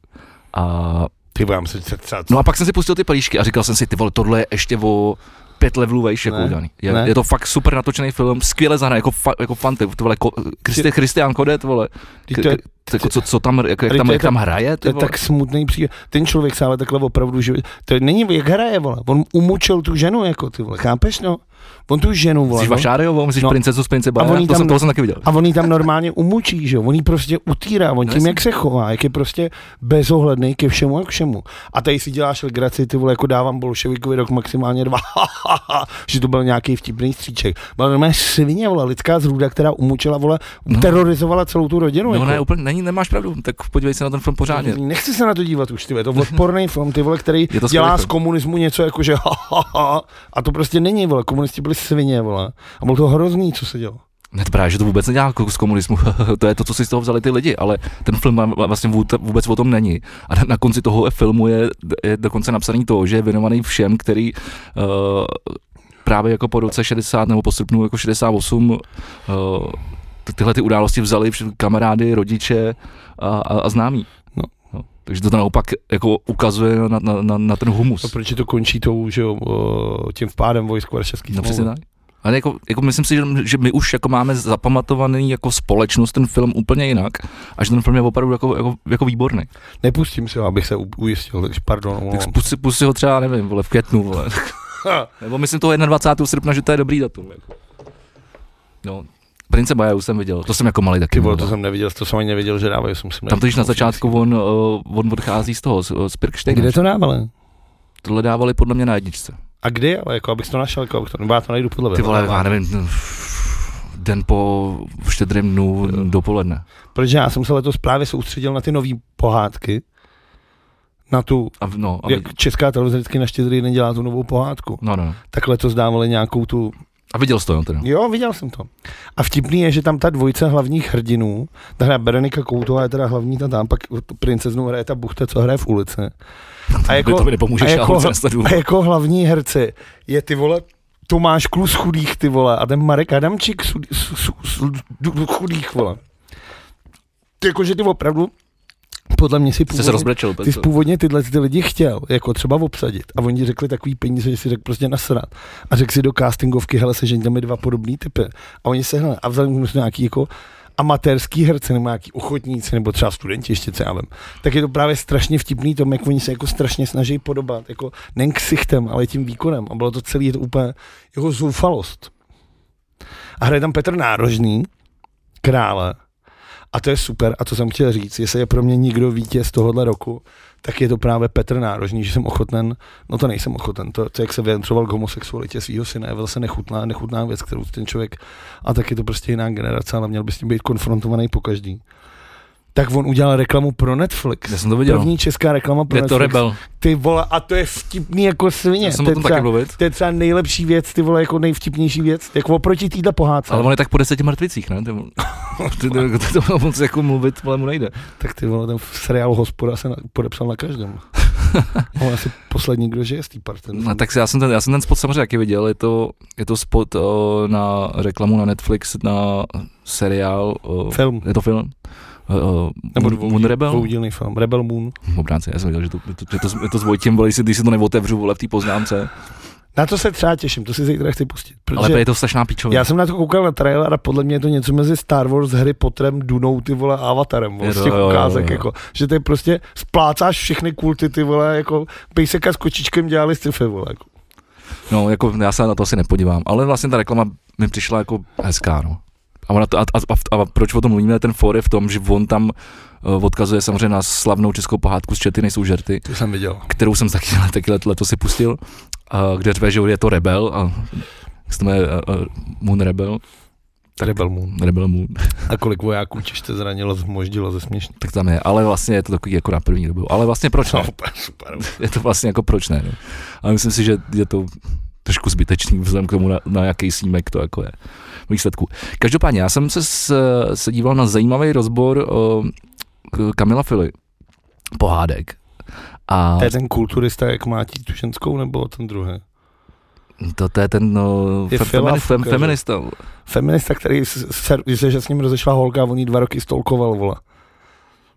Speaker 1: A
Speaker 2: Ty vole, já myslím, že třeba...
Speaker 1: No a pak jsem si pustil ty pelíšky a říkal jsem si, ty vole, tohle je ještě o pět levelů vejš, jako
Speaker 2: Ne,
Speaker 1: udělaný. Je,
Speaker 2: ne.
Speaker 1: je, to fakt super natočený film, skvěle zahraný, jako, fa, jako fan, ty, ty vole, ko, Christi, Christian Kodet, vole,
Speaker 2: Ty to je,
Speaker 1: ty, jako, co, co tam, jak, jak,
Speaker 2: Ale
Speaker 1: tam,
Speaker 2: to je
Speaker 1: jak tam hraje,
Speaker 2: to
Speaker 1: ty
Speaker 2: je
Speaker 1: vole.
Speaker 2: tak smutný příběh. Ten člověk se ale takhle opravdu živí. To je- není, jak hraje, vole. On umučil tu ženu, jako ty vole. Chápeš, no? On tu ženu, vole.
Speaker 1: Myslíš
Speaker 2: no.
Speaker 1: Vašárejovou, myslíš
Speaker 2: No.
Speaker 1: princezu z Prince
Speaker 2: oni
Speaker 1: Bajana, to
Speaker 2: tam-
Speaker 1: jsem, toho jsem taky viděl.
Speaker 2: A on jí tam normálně umučí, že jo? On jí prostě utírá, on
Speaker 1: No
Speaker 2: tím,
Speaker 1: jasně.
Speaker 2: jak se chová, jak je prostě bezohledný ke všemu a k všemu. A tady si děláš legraci, ty vole, jako dávám bolševikovi rok maximálně dva, <laughs> že to byl nějaký vtipný stříček. Byla normálně svině, vole, lidská zrůda, která umučila, vole,
Speaker 1: No.
Speaker 2: terorizovala celou tu rodinu.
Speaker 1: No
Speaker 2: jako.
Speaker 1: ne, úplně, není, nemáš pravdu, tak podívej se na ten film pořádně.
Speaker 2: Nechci se na to dívat už, ty vole, je to odporný film, ty vole, který
Speaker 1: Je to skvělý
Speaker 2: dělá
Speaker 1: film.
Speaker 2: z komunismu něco jako, že <laughs> a to prostě není, vole, komunisti byli svině, vole, a bylo to hrozný, co se dělo.
Speaker 1: Ne, to právě, že to vůbec nedělá jako z komunismu, <laughs> to je to, co si z toho vzali ty lidi, ale ten film vám- vlastně vůd- vůbec o tom není. A na- na konci toho filmu je, je dokonce napsaný to, že je věnovaný všem, který uh, právě jako po roce 60 nebo po srpnu jako 68 uh, ty- tyhle ty události vzali vš- kamarády, rodiče a, a, a známí.
Speaker 2: No.
Speaker 1: No. Takže to naopak jako ukazuje na, na, na, na ten humus.
Speaker 2: A No, proč to končí tou, že jo, o, tím vpádem vojsku a český
Speaker 1: No přesně tak. Ale jako, jako myslím si, že, že my už jako máme zapamatovaný jako společnost ten film úplně jinak a že ten film je opravdu jako, jako, jako výborný.
Speaker 2: Nepustím se ho, abych se u- ujistil, takže pardon,
Speaker 1: Tak
Speaker 2: omlouvám.
Speaker 1: pusti, pusti ho třeba, nevím, vole, v květnu, vole. <laughs> Nebo myslím toho 21. srpna, že to je dobrý datum. Jako. No, Prince Baja už jsem viděl, to jsem jako malý taky.
Speaker 2: <laughs> Ty vole, to
Speaker 1: miloval.
Speaker 2: jsem neviděl, to jsem ani nevěděl, že dávají, jsem si
Speaker 1: Tam
Speaker 2: nevěděl.
Speaker 1: totiž na začátku on, uh, on odchází z toho, z, eh, z Pirkštejna.
Speaker 2: Kde to dávali?
Speaker 1: Tohle dávali podle mě na jedničce.
Speaker 2: A kdy, ale jako, abych to našel, jako, abych to, nebo já to najdu podle
Speaker 1: Ty
Speaker 2: webu,
Speaker 1: vole,
Speaker 2: ale-
Speaker 1: já nevím, den po štědrém dnu dopoledne.
Speaker 2: Protože já jsem se letos právě soustředil na ty nové pohádky, na tu
Speaker 1: A, v- no, a,
Speaker 2: jak česká televize vždycky na štědrý den dělá tu novou pohádku,
Speaker 1: no, no, no.
Speaker 2: tak letos dávali nějakou tu...
Speaker 1: a viděl jsi to, jo, teda.
Speaker 2: Jo, viděl jsem to. A vtipný je, že tam ta dvojice hlavních hrdinů, ta hraje Berenika Koutová, je teda hlavní ta tam, pak tu princeznu hraje ta buchta, co hraje v ulici. A
Speaker 1: Jako, to mi nepomůžeš,
Speaker 2: a
Speaker 1: já
Speaker 2: jako,
Speaker 1: ho sleduju.
Speaker 2: a jako hlavní herci je ty vole Tomáš Klus chudých, ty vole, a ten Marek Adamčík su, su, su, su, du- chudých, vole. Ty Jakože ty opravdu, podle mě si
Speaker 1: Jste se rozbrečel.
Speaker 2: ty jsi původně tyhle ty lidi chtěl jako třeba obsadit a oni ti řekli takový peníze, že si řekl prostě nasrat a řekl si do castingovky, hele sežeňte mi dva podobný typy a oni se hele a vzali mu nějaký jako amatérský herce nebo nějaký ochotníci nebo třeba studenti ještě, co já vím, tak je to právě strašně vtipný tom, jak oni se jako strašně snaží podobat, jako nejen ksichtem, ale tím výkonem a bylo to celý je to úplně jako zoufalost. A hraje tam Petr Nárožný, krále, a to je super. A co jsem chtěl říct, jestli je pro mě nikdo vítěz tohohle roku, tak je to právě Petr Nárožný, že jsem ochoten, no to nejsem ochoten, to, to jak se vyjadřoval k homosexualitě svého syna, je vlastně nechutná, nechutná věc, kterou ten člověk, a tak je to prostě jiná generace, ale měl by s tím být konfrontovaný po každý. Tak on udělal reklamu pro Netflix.
Speaker 1: Já jsem to viděl.
Speaker 2: První česká reklama pro
Speaker 1: Je to
Speaker 2: Netflix.
Speaker 1: rebel.
Speaker 2: Ty vole, a to je vtipný jako svině.
Speaker 1: Já jsem
Speaker 2: To
Speaker 1: o
Speaker 2: je
Speaker 1: tom
Speaker 2: třeba-
Speaker 1: taky mluvit.
Speaker 2: to je třeba nejlepší věc, ty vole, jako nejvtipnější věc, jako oproti týhle pohádce.
Speaker 1: Ale on je tak po deseti mrtvicích, ne? Ty mu- <laughs> Ty- ty- ty- To moc jako mluvit, ale mu nejde.
Speaker 2: Tak ty vole, ten seriál Hospoda se na, podepsal
Speaker 1: <laughs>
Speaker 2: na každém. On asi poslední, kdo žije z té party.
Speaker 1: No, tak si- já jsem ten, já jsem ten spot samozřejmě taky viděl, je to, je to spot o, na reklamu na Netflix, na seriál, o,
Speaker 2: Film.
Speaker 1: je to film, o, o,
Speaker 2: Nebo
Speaker 1: Moon- Moon Rebel,
Speaker 2: Dvoudílný film. Rebel Moon.
Speaker 1: obránce, já jsem viděl, že to, že to, že to, že to s Vojtěm, vole, jestli- když si to neotevřu, vole, v té poznámce,
Speaker 2: Na to se třeba těším, to si zítra chci pustit. Protože
Speaker 1: ale je to strašná píčovina.
Speaker 2: já jsem na to koukal na trailer a podle mě je to něco mezi Star Wars, Harry Potterem, Dunou, ty vole, a Avatarem, vole,
Speaker 1: Je
Speaker 2: z
Speaker 1: to-
Speaker 2: těch
Speaker 1: jo, jo,
Speaker 2: ukázek,
Speaker 1: jo.
Speaker 2: jako, že ty prostě splácáš všechny kulty, ty vole, jako pejseka s kočičkem dělali sci-fi, vole, jako.
Speaker 1: No, jako já se na to asi nepodívám, ale vlastně ta reklama mi přišla jako hezká, no. A, ona to, a, a, a, a proč o tom mluvíme, ten for je v tom, že on tam uh, odkazuje samozřejmě na slavnou českou pohádku z Čety nejsou žerty,
Speaker 2: To jsem viděl.
Speaker 1: kterou jsem taky, <laughs> taky let, letos si pustil, uh, kde řve, že je to Rebel, a, jak se to jmenuje, uh, uh, Moon Rebel,
Speaker 2: Rebel Moon.
Speaker 1: Rebel Moon, <laughs>
Speaker 2: A kolik vojáků čeště zranilo, zmoždilo, zesměšně.
Speaker 1: tak tam je, ale vlastně je to takový jako na první dobu, ale vlastně proč
Speaker 2: <laughs> No,
Speaker 1: ne,
Speaker 2: úplně super.
Speaker 1: je to vlastně jako proč ne, no. ale myslím si, že je to trošku zbytečný vzhledem k tomu, na, na jaký snímek to jako je výsledku. Každopádně, já jsem se, s, se díval na zajímavý rozbor o, k Kamila Fili, pohádek. A
Speaker 2: To je ten kulturista, jak mátí tu ženskou, nebo ten druhý?
Speaker 1: to, to je ten no,
Speaker 2: Je
Speaker 1: fe,
Speaker 2: Fila
Speaker 1: femini, fem,
Speaker 2: Fuka, že?
Speaker 1: feminista.
Speaker 2: Feminista, který se, se, se, že s ním rozešla holka a on jí dva roky stolkoval, vole.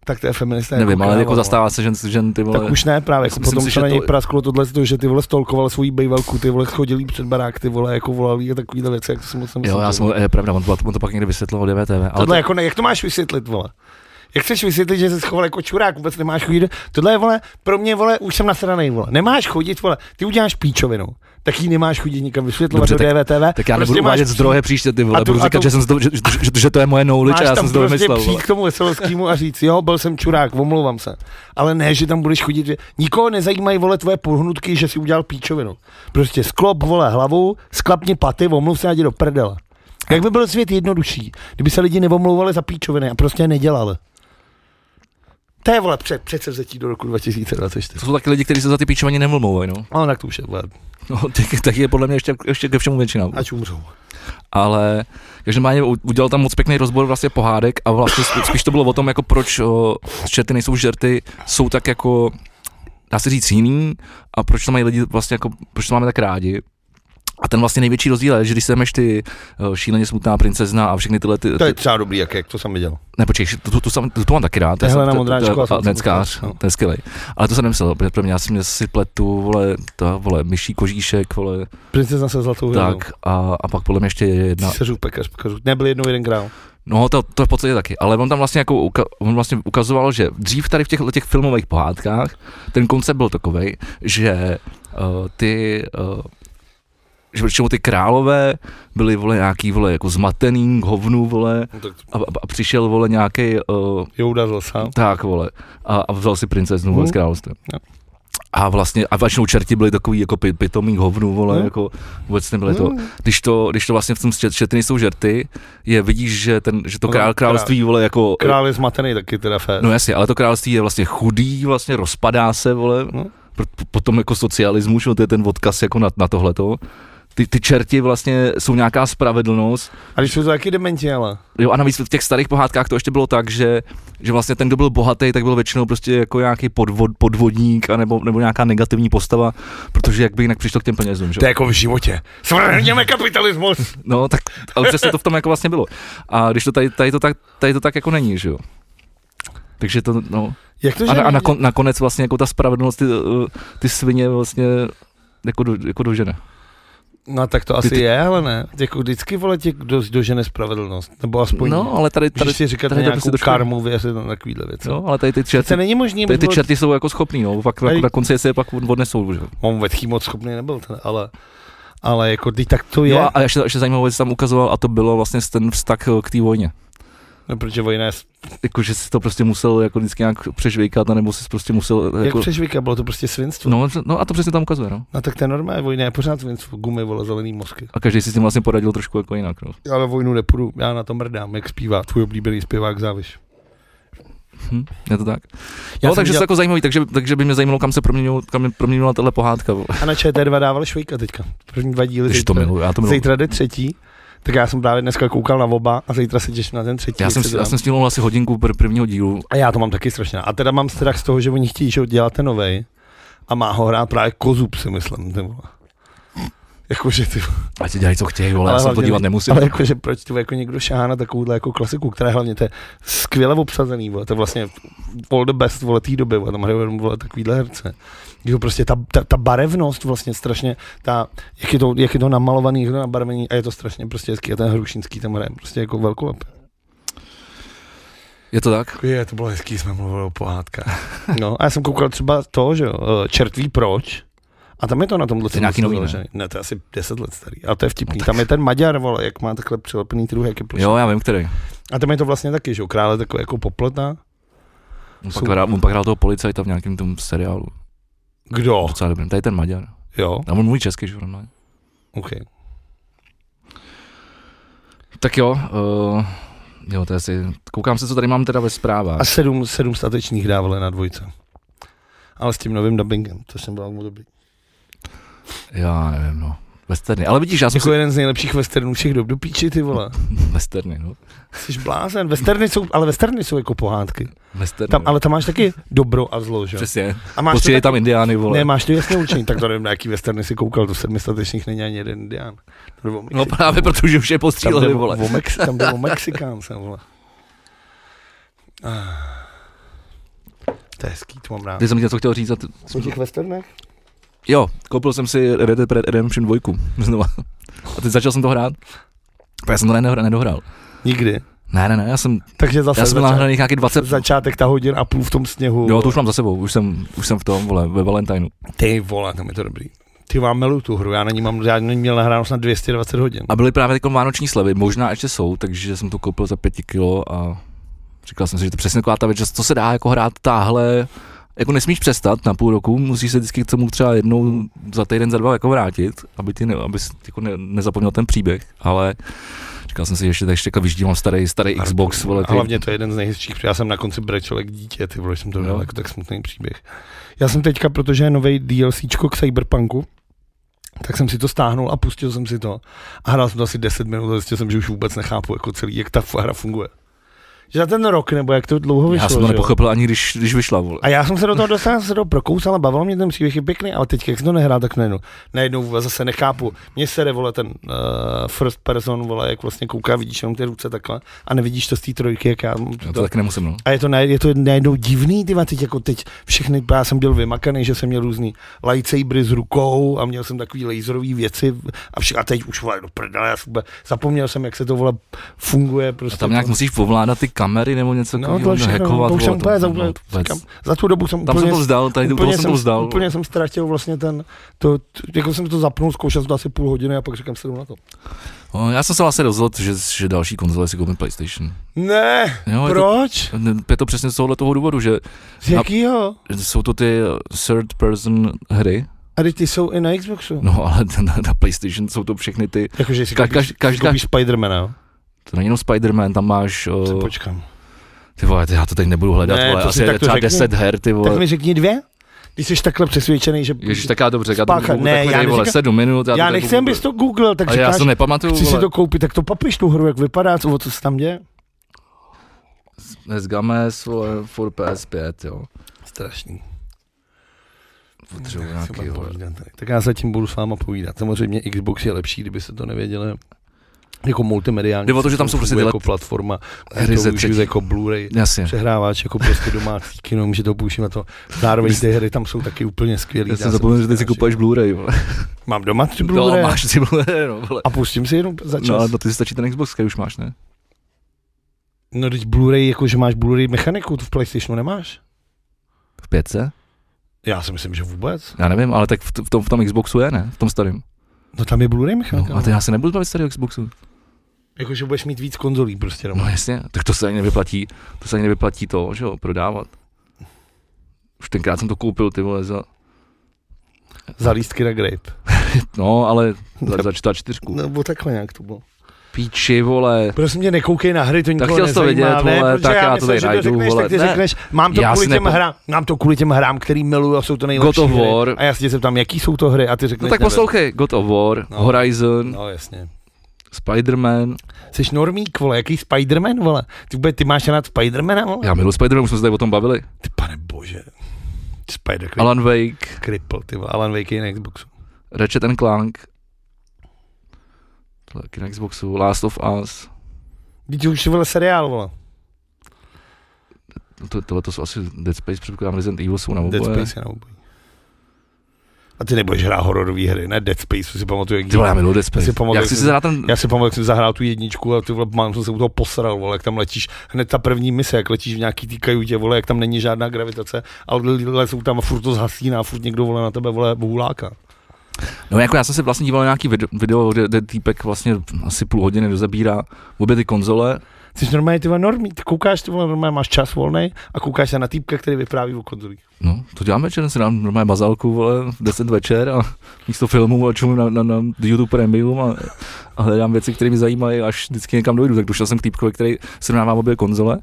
Speaker 2: Tak to je feminista.
Speaker 1: Nevím, ale
Speaker 2: kráva,
Speaker 1: jako
Speaker 2: vole.
Speaker 1: zastává se žen, žen ty vole.
Speaker 2: no. Tak už ne právě, jako
Speaker 1: Myslím
Speaker 2: potom
Speaker 1: si,
Speaker 2: se
Speaker 1: že
Speaker 2: na něj
Speaker 1: to-
Speaker 2: prasklo tohle, to, že ty vole stolkoval svoji bejvalku, ty vole chodili před barák, ty vole jako volali a takovýhle věci, jak to si moc nemyslím.
Speaker 1: jo, já
Speaker 2: ty
Speaker 1: jsem,
Speaker 2: vole.
Speaker 1: je pravda, on, to- on to pak někdy vysvětloval DVTV. Ale
Speaker 2: Tohle
Speaker 1: to,
Speaker 2: jako ne, jak to máš vysvětlit, vole? Jak chceš vysvětlit, že jsi schoval jako čurák, vůbec nemáš chodit? do- Tohle je, vole, pro mě, vole, už jsem nasranej, vole. Nemáš chodit, vole, ty uděláš píčovinu. Tak jí nemáš chodit nikam vysvětlovat
Speaker 1: Dobře,
Speaker 2: do
Speaker 1: tak-
Speaker 2: DVTV.
Speaker 1: tak já nebudu
Speaker 2: prostě máš
Speaker 1: uvádět
Speaker 2: přijít-
Speaker 1: zdroje příště, ty
Speaker 2: A
Speaker 1: vole,
Speaker 2: tu-
Speaker 1: budu
Speaker 2: a
Speaker 1: říkat,
Speaker 2: tu-
Speaker 1: že, jsem si to, že, že, že, že, to je moje knowledge a
Speaker 2: Máš
Speaker 1: já
Speaker 2: tam
Speaker 1: jsem si to
Speaker 2: prostě
Speaker 1: vymyslel. vole.
Speaker 2: přijít k tomu Veselovskému a říct, jo, byl jsem čurák, omlouvám se. Ale ne, že tam budeš chodit, že nikoho nezajímají, vole, tvoje pohnutky, že si udělal píčovinu. Prostě sklop, vole, hlavu, sklapni paty, omluv se a jdi do prdele. Jak by byl svět jednodušší, kdyby se lidi nevomlouvali za píčoviny a prostě je nedělali. To je, vole, před, přece vzetí do roku 2024.
Speaker 1: To jsou taky lidi, kteří se za ty píčování nemlmou, no.
Speaker 2: No, tak to už je, vole,
Speaker 1: no tak, tak, je podle mě ještě, ještě ke všemu většina.
Speaker 2: ať umřou.
Speaker 1: ale každopádně u- udělal tam moc pěkný rozbor vlastně pohádek a vlastně sp- spíš to bylo o tom, jako proč o, čerty nejsou žerty, jsou tak jako, dá se říct jiný a proč to mají lidi vlastně jako, proč to máme tak rádi. A ten vlastně největší rozdíl je, že když se jmeš ty o, šíleně smutná princezna a všechny tyhle ty,
Speaker 2: To je
Speaker 1: ty
Speaker 2: třeba dobrý, jak, jak to jsem viděl.
Speaker 1: ne, počkej, tu, tu, tu, sam- tu, tu, mám taky rád.
Speaker 2: To je
Speaker 1: já jsem-
Speaker 2: Helena
Speaker 1: to- to- to je
Speaker 2: Modráčková, jsem
Speaker 1: Neckář,
Speaker 2: no.
Speaker 1: to je skvělý. Ale to jsem nemyslel, protože pro mě, já jsem měl si pletu, vole, to, vole, myší kožíšek, vole,
Speaker 2: Princezna se zlatou hvězdou.
Speaker 1: tak a, a pak podle mě ještě jedna,
Speaker 2: Císařů, pekař, pekařů. Nebyl jednou jeden král.
Speaker 1: No, to, to v podstatě taky. Ale on tam vlastně, jako uka- on vlastně ukazoval, že dřív tady v těch, těch filmových pohádkách ten koncept byl takový, že uh, ty. Uh, že čemu ty králové byli vole nějaký vole jako zmatený hovnu vole
Speaker 2: No, tak
Speaker 1: a, a, a přišel vole nějaký uh,
Speaker 2: Jouda z lesa.
Speaker 1: tak vole a, a vzal si princeznu
Speaker 2: Mhm.
Speaker 1: vole z království.
Speaker 2: Jo.
Speaker 1: A vlastně, a většinou čerti byli takový jako pi- pitomý hovnu, vole,
Speaker 2: Mhm.
Speaker 1: jako vůbec nebyly to,
Speaker 2: Hmm.
Speaker 1: když to, když to vlastně v tom čet, četny jsou žerty, je vidíš, že, ten, že to
Speaker 2: No,
Speaker 1: král, království vole jako...
Speaker 2: Král je zmatený taky teda fér.
Speaker 1: No jasně, ale to království je vlastně chudý, vlastně rozpadá se, vole,
Speaker 2: No.
Speaker 1: pro- po- potom jako socialismu, že jo, to je ten odkaz jako na, na tohleto. Ty, ty čerti vlastně jsou nějaká spravedlnost.
Speaker 2: A když jsou to taky dementi, ale.
Speaker 1: Jo, a navíc v těch starých pohádkách to ještě bylo tak, že, že vlastně ten, kdo byl bohatý, tak byl většinou prostě jako nějaký podvod, podvodník anebo, nebo nějaká negativní postava, protože jak by jinak přišlo k těm penězům, že? jo?
Speaker 2: je jako v životě. Svrhněme kapitalismus.
Speaker 1: No, tak ale přesně to v tom jako vlastně bylo. A když to tady, tady, to, tak, tady to tak jako není, že jo. Takže to, no.
Speaker 2: Jak to, že
Speaker 1: A, na- a
Speaker 2: není?
Speaker 1: nakon, nakonec vlastně jako ta spravedlnost, ty, eh, ty svině vlastně jako, do, jako dožene.
Speaker 2: No tak to asi
Speaker 1: Ty- ty-
Speaker 2: je, ale ne. Jako vždycky vole tě, kdo dožene spravedlnost. Nebo aspoň,
Speaker 1: No, ale tady, tady,
Speaker 2: když si říkáte
Speaker 1: tady to
Speaker 2: nějakou
Speaker 1: prostě trošku-
Speaker 2: karmu, věřit na takovýhle věci.
Speaker 1: no, ale tady ty
Speaker 2: To
Speaker 1: čerty,
Speaker 2: není možný,
Speaker 1: tady ty
Speaker 2: vole-
Speaker 1: čerty jsou jako schopný, no. Pak
Speaker 2: Tady-
Speaker 1: jako na konci se je pak odnesou, že jo.
Speaker 2: On vetchý moc schopný nebyl, ten, ale, ale jako teď tak to je.
Speaker 1: No a- a ještě, ještě zajímavou věc tam ukazoval a to bylo vlastně ten vztah eh, k té vojně.
Speaker 2: No, protože vojna je,
Speaker 1: Jako, že si to prostě musel jako vždycky nějak přežvejkat, nebo si prostě musel eh,
Speaker 2: jako,
Speaker 1: jako...
Speaker 2: jak přežvíka, bylo to prostě svinstvo. No.
Speaker 1: No, no a to přesně tam ukazuje, no.
Speaker 2: no tak to je normální, vojna je pořád svinstvo, gumy, vole, zelený mozky.
Speaker 1: A každý si s tím vlastně poradil trošku jako jinak, no.
Speaker 2: Já na vojnu nepůjdu, já na to mrdám, jak zpívá tvůj oblíbený zpěvák Záviš.
Speaker 1: Hm, je to tak.
Speaker 2: Já
Speaker 1: no,
Speaker 2: jsem
Speaker 1: takže
Speaker 2: viděl-
Speaker 1: to jako zajímavý, takže, takže by mě zajímalo, kam se proměnilo, kam proměnila tahle pohádka. vole.
Speaker 2: A na ČT2 dával Švejka teďka. První dva díly.
Speaker 1: Když to
Speaker 2: zítra-
Speaker 1: miluju, já to miluju.
Speaker 2: Zítra jde třetí. Tak já jsem právě dneska koukal na oba a zítra se těším na ten třetí.
Speaker 1: Já
Speaker 2: jak
Speaker 1: jsem,
Speaker 2: se
Speaker 1: si-
Speaker 2: to
Speaker 1: já
Speaker 2: dá.
Speaker 1: jsem stílil asi hodinku pr- prvního dílu.
Speaker 2: A já to mám taky strašně. rád. A teda mám strach z toho, že oni chtějí, že dělat ten novej a má ho hrát právě Kozub, si myslím. Ten vole. Jakože ty, vole,
Speaker 1: Ať si dělají, co chtějí, vole, já
Speaker 2: Ale
Speaker 1: se na to
Speaker 2: hlavně-
Speaker 1: dívat nemusím.
Speaker 2: ale jakože proč ty vole, jako někdo šahá na takovouhle jako klasiku, která je hlavně to je skvěle obsazený, vole, to je vlastně all the best vole té doby, vole, tam hrajou jenom vole takovýhle herce. Jo, prostě ta, ta, ta, barevnost vlastně strašně, ta, jak, je to, jak je to namalovaný, jak je to nabarvený a je to strašně prostě hezký a ten Hrušinský tam hraje prostě jako velkolepý.
Speaker 1: Je to tak?
Speaker 2: Jako Je, to bylo hezký, jsme mluvili o pohádkách. No a já jsem koukal třeba to, že jo, eh, čertví proč, a tam je to na tomhle.
Speaker 1: je nějaký
Speaker 2: celém
Speaker 1: nový, ne?
Speaker 2: založený. ne, to je asi 10 let starý, ale to je vtipný.
Speaker 1: No tak-
Speaker 2: Tam je ten Maďar, vole, jak má takhle přilepený truh, jak je plošný.
Speaker 1: Jo, já vím, který.
Speaker 2: A tam je to vlastně taky, že jo, krále takový jako popleta.
Speaker 1: On
Speaker 2: Jsou-
Speaker 1: pak, hrál, on pak hrál toho policajta v nějakém tom seriálu.
Speaker 2: Kdo?
Speaker 1: Docela dobrým. Tady ten Maďar.
Speaker 2: Jo,
Speaker 1: A on mluví česky, že jo, normálně.
Speaker 2: ok.
Speaker 1: Tak jo, uh, jo, to je asi, koukám se, co tady mám teda ve zprávách.
Speaker 2: A sedm, sedm statečných dávali na dvojce. Ale s tím novým dubbingem, to jsem byl moc dobrý.
Speaker 1: Já nevím, no. Westerny. Ale vidíš, já jsem
Speaker 2: Jako jeden z nejlepších westernů všech dob do píči, ty vole.
Speaker 1: si... Westerny, no.
Speaker 2: Jsi blázen. Westerny jsou, ale westerny jsou jako pohádky.
Speaker 1: Westerny. no.
Speaker 2: Tam, ale tam máš taky dobro a zlo, že? jo?
Speaker 1: Přesně.
Speaker 2: A máš
Speaker 1: Potřebuje
Speaker 2: to
Speaker 1: tam indiány, vole.
Speaker 2: Ne, máš to jasně určení, tak to nevím, na jaký westerny si koukal, do sedmistatečných není ani jeden indián. To jde o
Speaker 1: No
Speaker 2: Mexi-
Speaker 1: právě protože už je
Speaker 2: tam
Speaker 1: postříleli,
Speaker 2: jde,
Speaker 1: vole.
Speaker 2: o, o Mex,
Speaker 1: <laughs>
Speaker 2: tam jde o Mexikánce, vole. Ah. To je hezký, to mám rád.
Speaker 1: Ty jsem ti něco chtěl říct. a t-
Speaker 2: Po těch westernech?
Speaker 1: Jo, koupil jsem si Red Dead Redemption 2 <laughs> znova. A teď začal jsem to hrát. Tak já jsem to nedohr- nedohrál.
Speaker 2: Nikdy.
Speaker 1: Ne, ne, ne, já jsem,
Speaker 2: Takže zase
Speaker 1: já jsem
Speaker 2: zača-
Speaker 1: nahraný nějaký 20...
Speaker 2: začátek ta hodina a půl v tom sněhu.
Speaker 1: Jo, to už mám za sebou, už jsem, už jsem v tom, vole, ve Valentinu.
Speaker 2: Ty vole, tam je to dobrý. Ty vám miluju tu hru, já na ní mám, já na ní měl nahráno snad 220 hodin.
Speaker 1: A byly právě jako vánoční slevy, možná ještě jsou, takže jsem to koupil za pěti kilo a říkal jsem si, že to je přesně taková ta věc, že to se dá jako hrát táhle, jako nesmíš přestat na půl roku, musíš se vždycky k tomu třeba jednou za týden, za dva jako vrátit, aby ti ne, aby jsi jako ne, nezapomněl ten příběh, ale říkal jsem si, že ještě, ještě jako vyždívám starý, starý Xbox, vole,
Speaker 2: A
Speaker 1: který,
Speaker 2: hlavně to je jeden z nejhezčích, protože já jsem na konci brečelek dítě, ty vole, jsem to dal
Speaker 1: No.
Speaker 2: jako tak smutný příběh. Já jsem teďka, protože je nový DLCčko k Cyberpunku, tak jsem si to stáhnul a pustil jsem si to. A hrál jsem to asi 10 minut a zjistil jsem, že už vůbec nechápu jako celý, jak ta hra funguje. Že za ten rok, nebo jak to dlouho vyšlo.
Speaker 1: já jsem to
Speaker 2: že jo?
Speaker 1: nepochopil ani když, když vyšla, vole.
Speaker 2: A já jsem se do toho dostal, já jsem se do prokousal a bavil mě ten příběh je pěkný, ale teď, jak jsem to nehrál, tak najednou, najednou vůbec zase nechápu. Mně se vole ten uh, first person, vole, jak vlastně kouká, vidíš jenom ty ruce takhle a nevidíš to z té trojky, jak já.
Speaker 1: Já to taky nemusím, no.
Speaker 2: A je to, na, je to najednou divný, ty vole, teď jako teď všechny, já jsem byl vymakaný, že jsem měl různý lightsabery s rukou a měl jsem takový laserové věci a, vše, a teď už vole, do prdele, já jsem, vůbec- zapomněl jsem, jak se to vole funguje. Prostě
Speaker 1: A tam nějak
Speaker 2: to,
Speaker 1: musíš povládat ty kamery nebo něco
Speaker 2: No,
Speaker 1: takovýho,
Speaker 2: to všechno,
Speaker 1: hackovat,
Speaker 2: to už jsem
Speaker 1: vole,
Speaker 2: úplně, za,
Speaker 1: no, vůbec.
Speaker 2: říkám, za tu dobu jsem
Speaker 1: Tam
Speaker 2: úplně
Speaker 1: jsem to vzdal, tady úplně jsem to vzdal.
Speaker 2: Úplně jsem ztratil vlastně ten, to, t- jako jsem to zapnul, zkoušel jsem to asi půl hodiny a pak říkám, sedu na to.
Speaker 1: O, Já jsem se vlastně rozhodl, že, že další konzole si koupím PlayStation.
Speaker 2: Ne,
Speaker 1: Jo, No, je to,
Speaker 2: proč?
Speaker 1: je to přesně z tohohle toho důvodu, že
Speaker 2: Z jakýho?
Speaker 1: jsou to ty third person hry,
Speaker 2: A teď ty jsou i na Xboxu.
Speaker 1: no ale <laughs> na, na PlayStation jsou to všechny ty,
Speaker 2: Jakože si
Speaker 1: Ka-
Speaker 2: koupíš,
Speaker 1: kaž- každá-
Speaker 2: si koupíš Spidermana, jo?
Speaker 1: to není jenom Spider-Man, tam máš,
Speaker 2: Se
Speaker 1: o,
Speaker 2: počkám.
Speaker 1: ty vole, ty, já to teď nebudu hledat,
Speaker 2: Ne,
Speaker 1: vole,
Speaker 2: to
Speaker 1: asi
Speaker 2: si tak
Speaker 1: je
Speaker 2: to
Speaker 1: třeba
Speaker 2: řekni.
Speaker 1: 10 her, ty
Speaker 2: Tak
Speaker 1: vole.
Speaker 2: mi řekni dvě, když jsi takhle přesvědčený, že...
Speaker 1: Ježíš, tak já dobře, já to
Speaker 2: Spácha-
Speaker 1: budu
Speaker 2: ne,
Speaker 1: takhle,
Speaker 2: já
Speaker 1: dej, vole,
Speaker 2: neříkám-
Speaker 1: 7 minut.
Speaker 2: já,
Speaker 1: to
Speaker 2: nechci, abys to googlil, tak
Speaker 1: Ale já
Speaker 2: říkáš,
Speaker 1: to nepamatuju,
Speaker 2: chci si
Speaker 1: vole.
Speaker 2: to koupit, tak to papiš tu hru, jak vypadá, co, co se tam děje.
Speaker 1: S Games, vole, for PS5, jo.
Speaker 2: Strašný.
Speaker 1: Potřebuji
Speaker 2: Tak si
Speaker 1: nějaký,
Speaker 2: budeme
Speaker 1: vole.
Speaker 2: povídat tady. Tak já zatím budu s váma povídat. Samozřejmě Xbox je lepší, kdyby se to nevěděli. Jako multimediální.
Speaker 1: Jde o to, že tam jsou
Speaker 2: systém,
Speaker 1: prostě
Speaker 2: funguje
Speaker 1: tyhle-
Speaker 2: jako platforma,
Speaker 1: hry
Speaker 2: hry
Speaker 1: ze
Speaker 2: to využít
Speaker 1: třetí.
Speaker 2: jako Blu-ray.
Speaker 1: Jasně.
Speaker 2: Přehráváč jako prostě domácí kino, může to použít na to. Zároveň ty hry tam jsou taky úplně skvělý.
Speaker 1: Já
Speaker 2: dá
Speaker 1: jsem
Speaker 2: se
Speaker 1: zapomněl, že ty
Speaker 2: prostě
Speaker 1: si
Speaker 2: radši-
Speaker 1: kupuješ Blu-ray, vole.
Speaker 2: Mám doma tři
Speaker 1: No,
Speaker 2: Blu-ray
Speaker 1: máš si Blu-ray, no, vole.
Speaker 2: a pustím si jenom za
Speaker 1: No, ale
Speaker 2: čas.
Speaker 1: na ty si stačí ten Xbox, který už máš, ne?
Speaker 2: No, teď Blu-ray, jako že máš Blu-ray mechaniku, tu v PlayStationu nemáš?
Speaker 1: V pětce?
Speaker 2: Já si myslím, že vůbec.
Speaker 1: Já nevím, ale tak v, t- v, tom, v tom Xboxu je, ne? V tom starém.
Speaker 2: No tam je Blu-ray mechanika.
Speaker 1: No, a ty já se nebudu bavit starého Xboxu.
Speaker 2: Jako, že budeš mít víc konzolí prostě doma.
Speaker 1: No jasně, tak to se ani nevyplatí, to se ani nevyplatí to, že jo, prodávat. Už tenkrát jsem to koupil, ty vole, za,
Speaker 2: Za lístky na grape.
Speaker 1: no, ale No. za, za čtyř, čtyřku.
Speaker 2: Nebo takhle nějak to bylo.
Speaker 1: Píči, vole.
Speaker 2: Prosím tě, nekoukej na hry, to nikoho
Speaker 1: chtěl jsi to
Speaker 2: nezajímá,
Speaker 1: vědět,
Speaker 2: ne,
Speaker 1: vole,
Speaker 2: protože
Speaker 1: tak já to
Speaker 2: myslím,
Speaker 1: tady
Speaker 2: že
Speaker 1: najdu,
Speaker 2: řekneš,
Speaker 1: vole.
Speaker 2: tak ty
Speaker 1: Ne.
Speaker 2: řekneš, mám to,
Speaker 1: Já
Speaker 2: kvůli
Speaker 1: si
Speaker 2: těm
Speaker 1: nepo-
Speaker 2: hrám, mám to kvůli těm hrám, který miluju a jsou to nejlepší
Speaker 1: God of
Speaker 2: hry.
Speaker 1: War.
Speaker 2: A já se tě zeptám, jaký jsou to hry a ty řekneš,
Speaker 1: No tak
Speaker 2: nevím.
Speaker 1: poslouchej, God of War,
Speaker 2: No.
Speaker 1: Horizon,
Speaker 2: No jasně.
Speaker 1: Spider-Man.
Speaker 2: Jsi normík, vole, jaký Spiderman, vole? Ty, vůbec, ty máš rád Spidermana, vole?
Speaker 1: Já miluji Spider-Man, už jsme se tady o tom bavili.
Speaker 2: Ty pane bože. Spider Alan...
Speaker 1: Alan Wake,
Speaker 2: Cripple, ty vole, Alan Wake je na Xboxu.
Speaker 1: Ratchet and Clank. Tohle taky na Xboxu, Last of Us.
Speaker 2: Teď už vole seriál, vole.
Speaker 1: No To, tohle to jsou asi Dead Space, předpokládám Resident Evil jsou na
Speaker 2: Dead
Speaker 1: oboje.
Speaker 2: Space je na obojí. A ty nebudeš hrát hororové hry, ne Dead Space, si pamatuju, jak
Speaker 1: Ty vole, já miluji Dead
Speaker 2: Já
Speaker 1: Space.
Speaker 2: si pamatuju,
Speaker 1: Já
Speaker 2: jak
Speaker 1: chci si
Speaker 2: jsem-
Speaker 1: zahrát ten...
Speaker 2: Já si pamatuju, jak jsem zahrál tu jedničku a ty vole, mám jsem se u toho posral, vole, jak tam letíš, hned ta první mise, jak letíš v nějaký tý kajutě, vole, jak tam není žádná gravitace, ale lidé jsou tam a furt to zhasíná, furt někdo vole na tebe, vole, huláka.
Speaker 1: No jako já jsem se vlastně díval na nějaký video, video kde, kde týpek vlastně asi půl hodiny dozabírá obě ty konzole.
Speaker 2: Jsi normálně ty vole normální, ty koukáš, ty vole, normálně máš čas volný a koukáš se na týpka, který vypráví o konzolích.
Speaker 1: No, to dělám večer, si dám normálně bazálku, vole, v 10 večer a místo filmů a čumím na, na, na YouTube Premium a, a hledám věci, které mě zajímají, až vždycky někam dojdu. Tak došel jsem k týpkovi, který srovnává obě konzole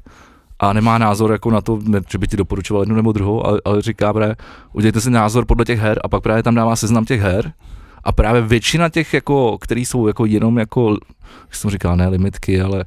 Speaker 1: a nemá názor jako na to, ne, že by ti doporučoval jednu nebo druhou, ale, ale říká, bre, udělejte si názor podle těch her a pak právě tam dává seznam těch her a A právě většina těch, jako, který jsou jako jenom jako, jak jsem říkal, ne limitky, ale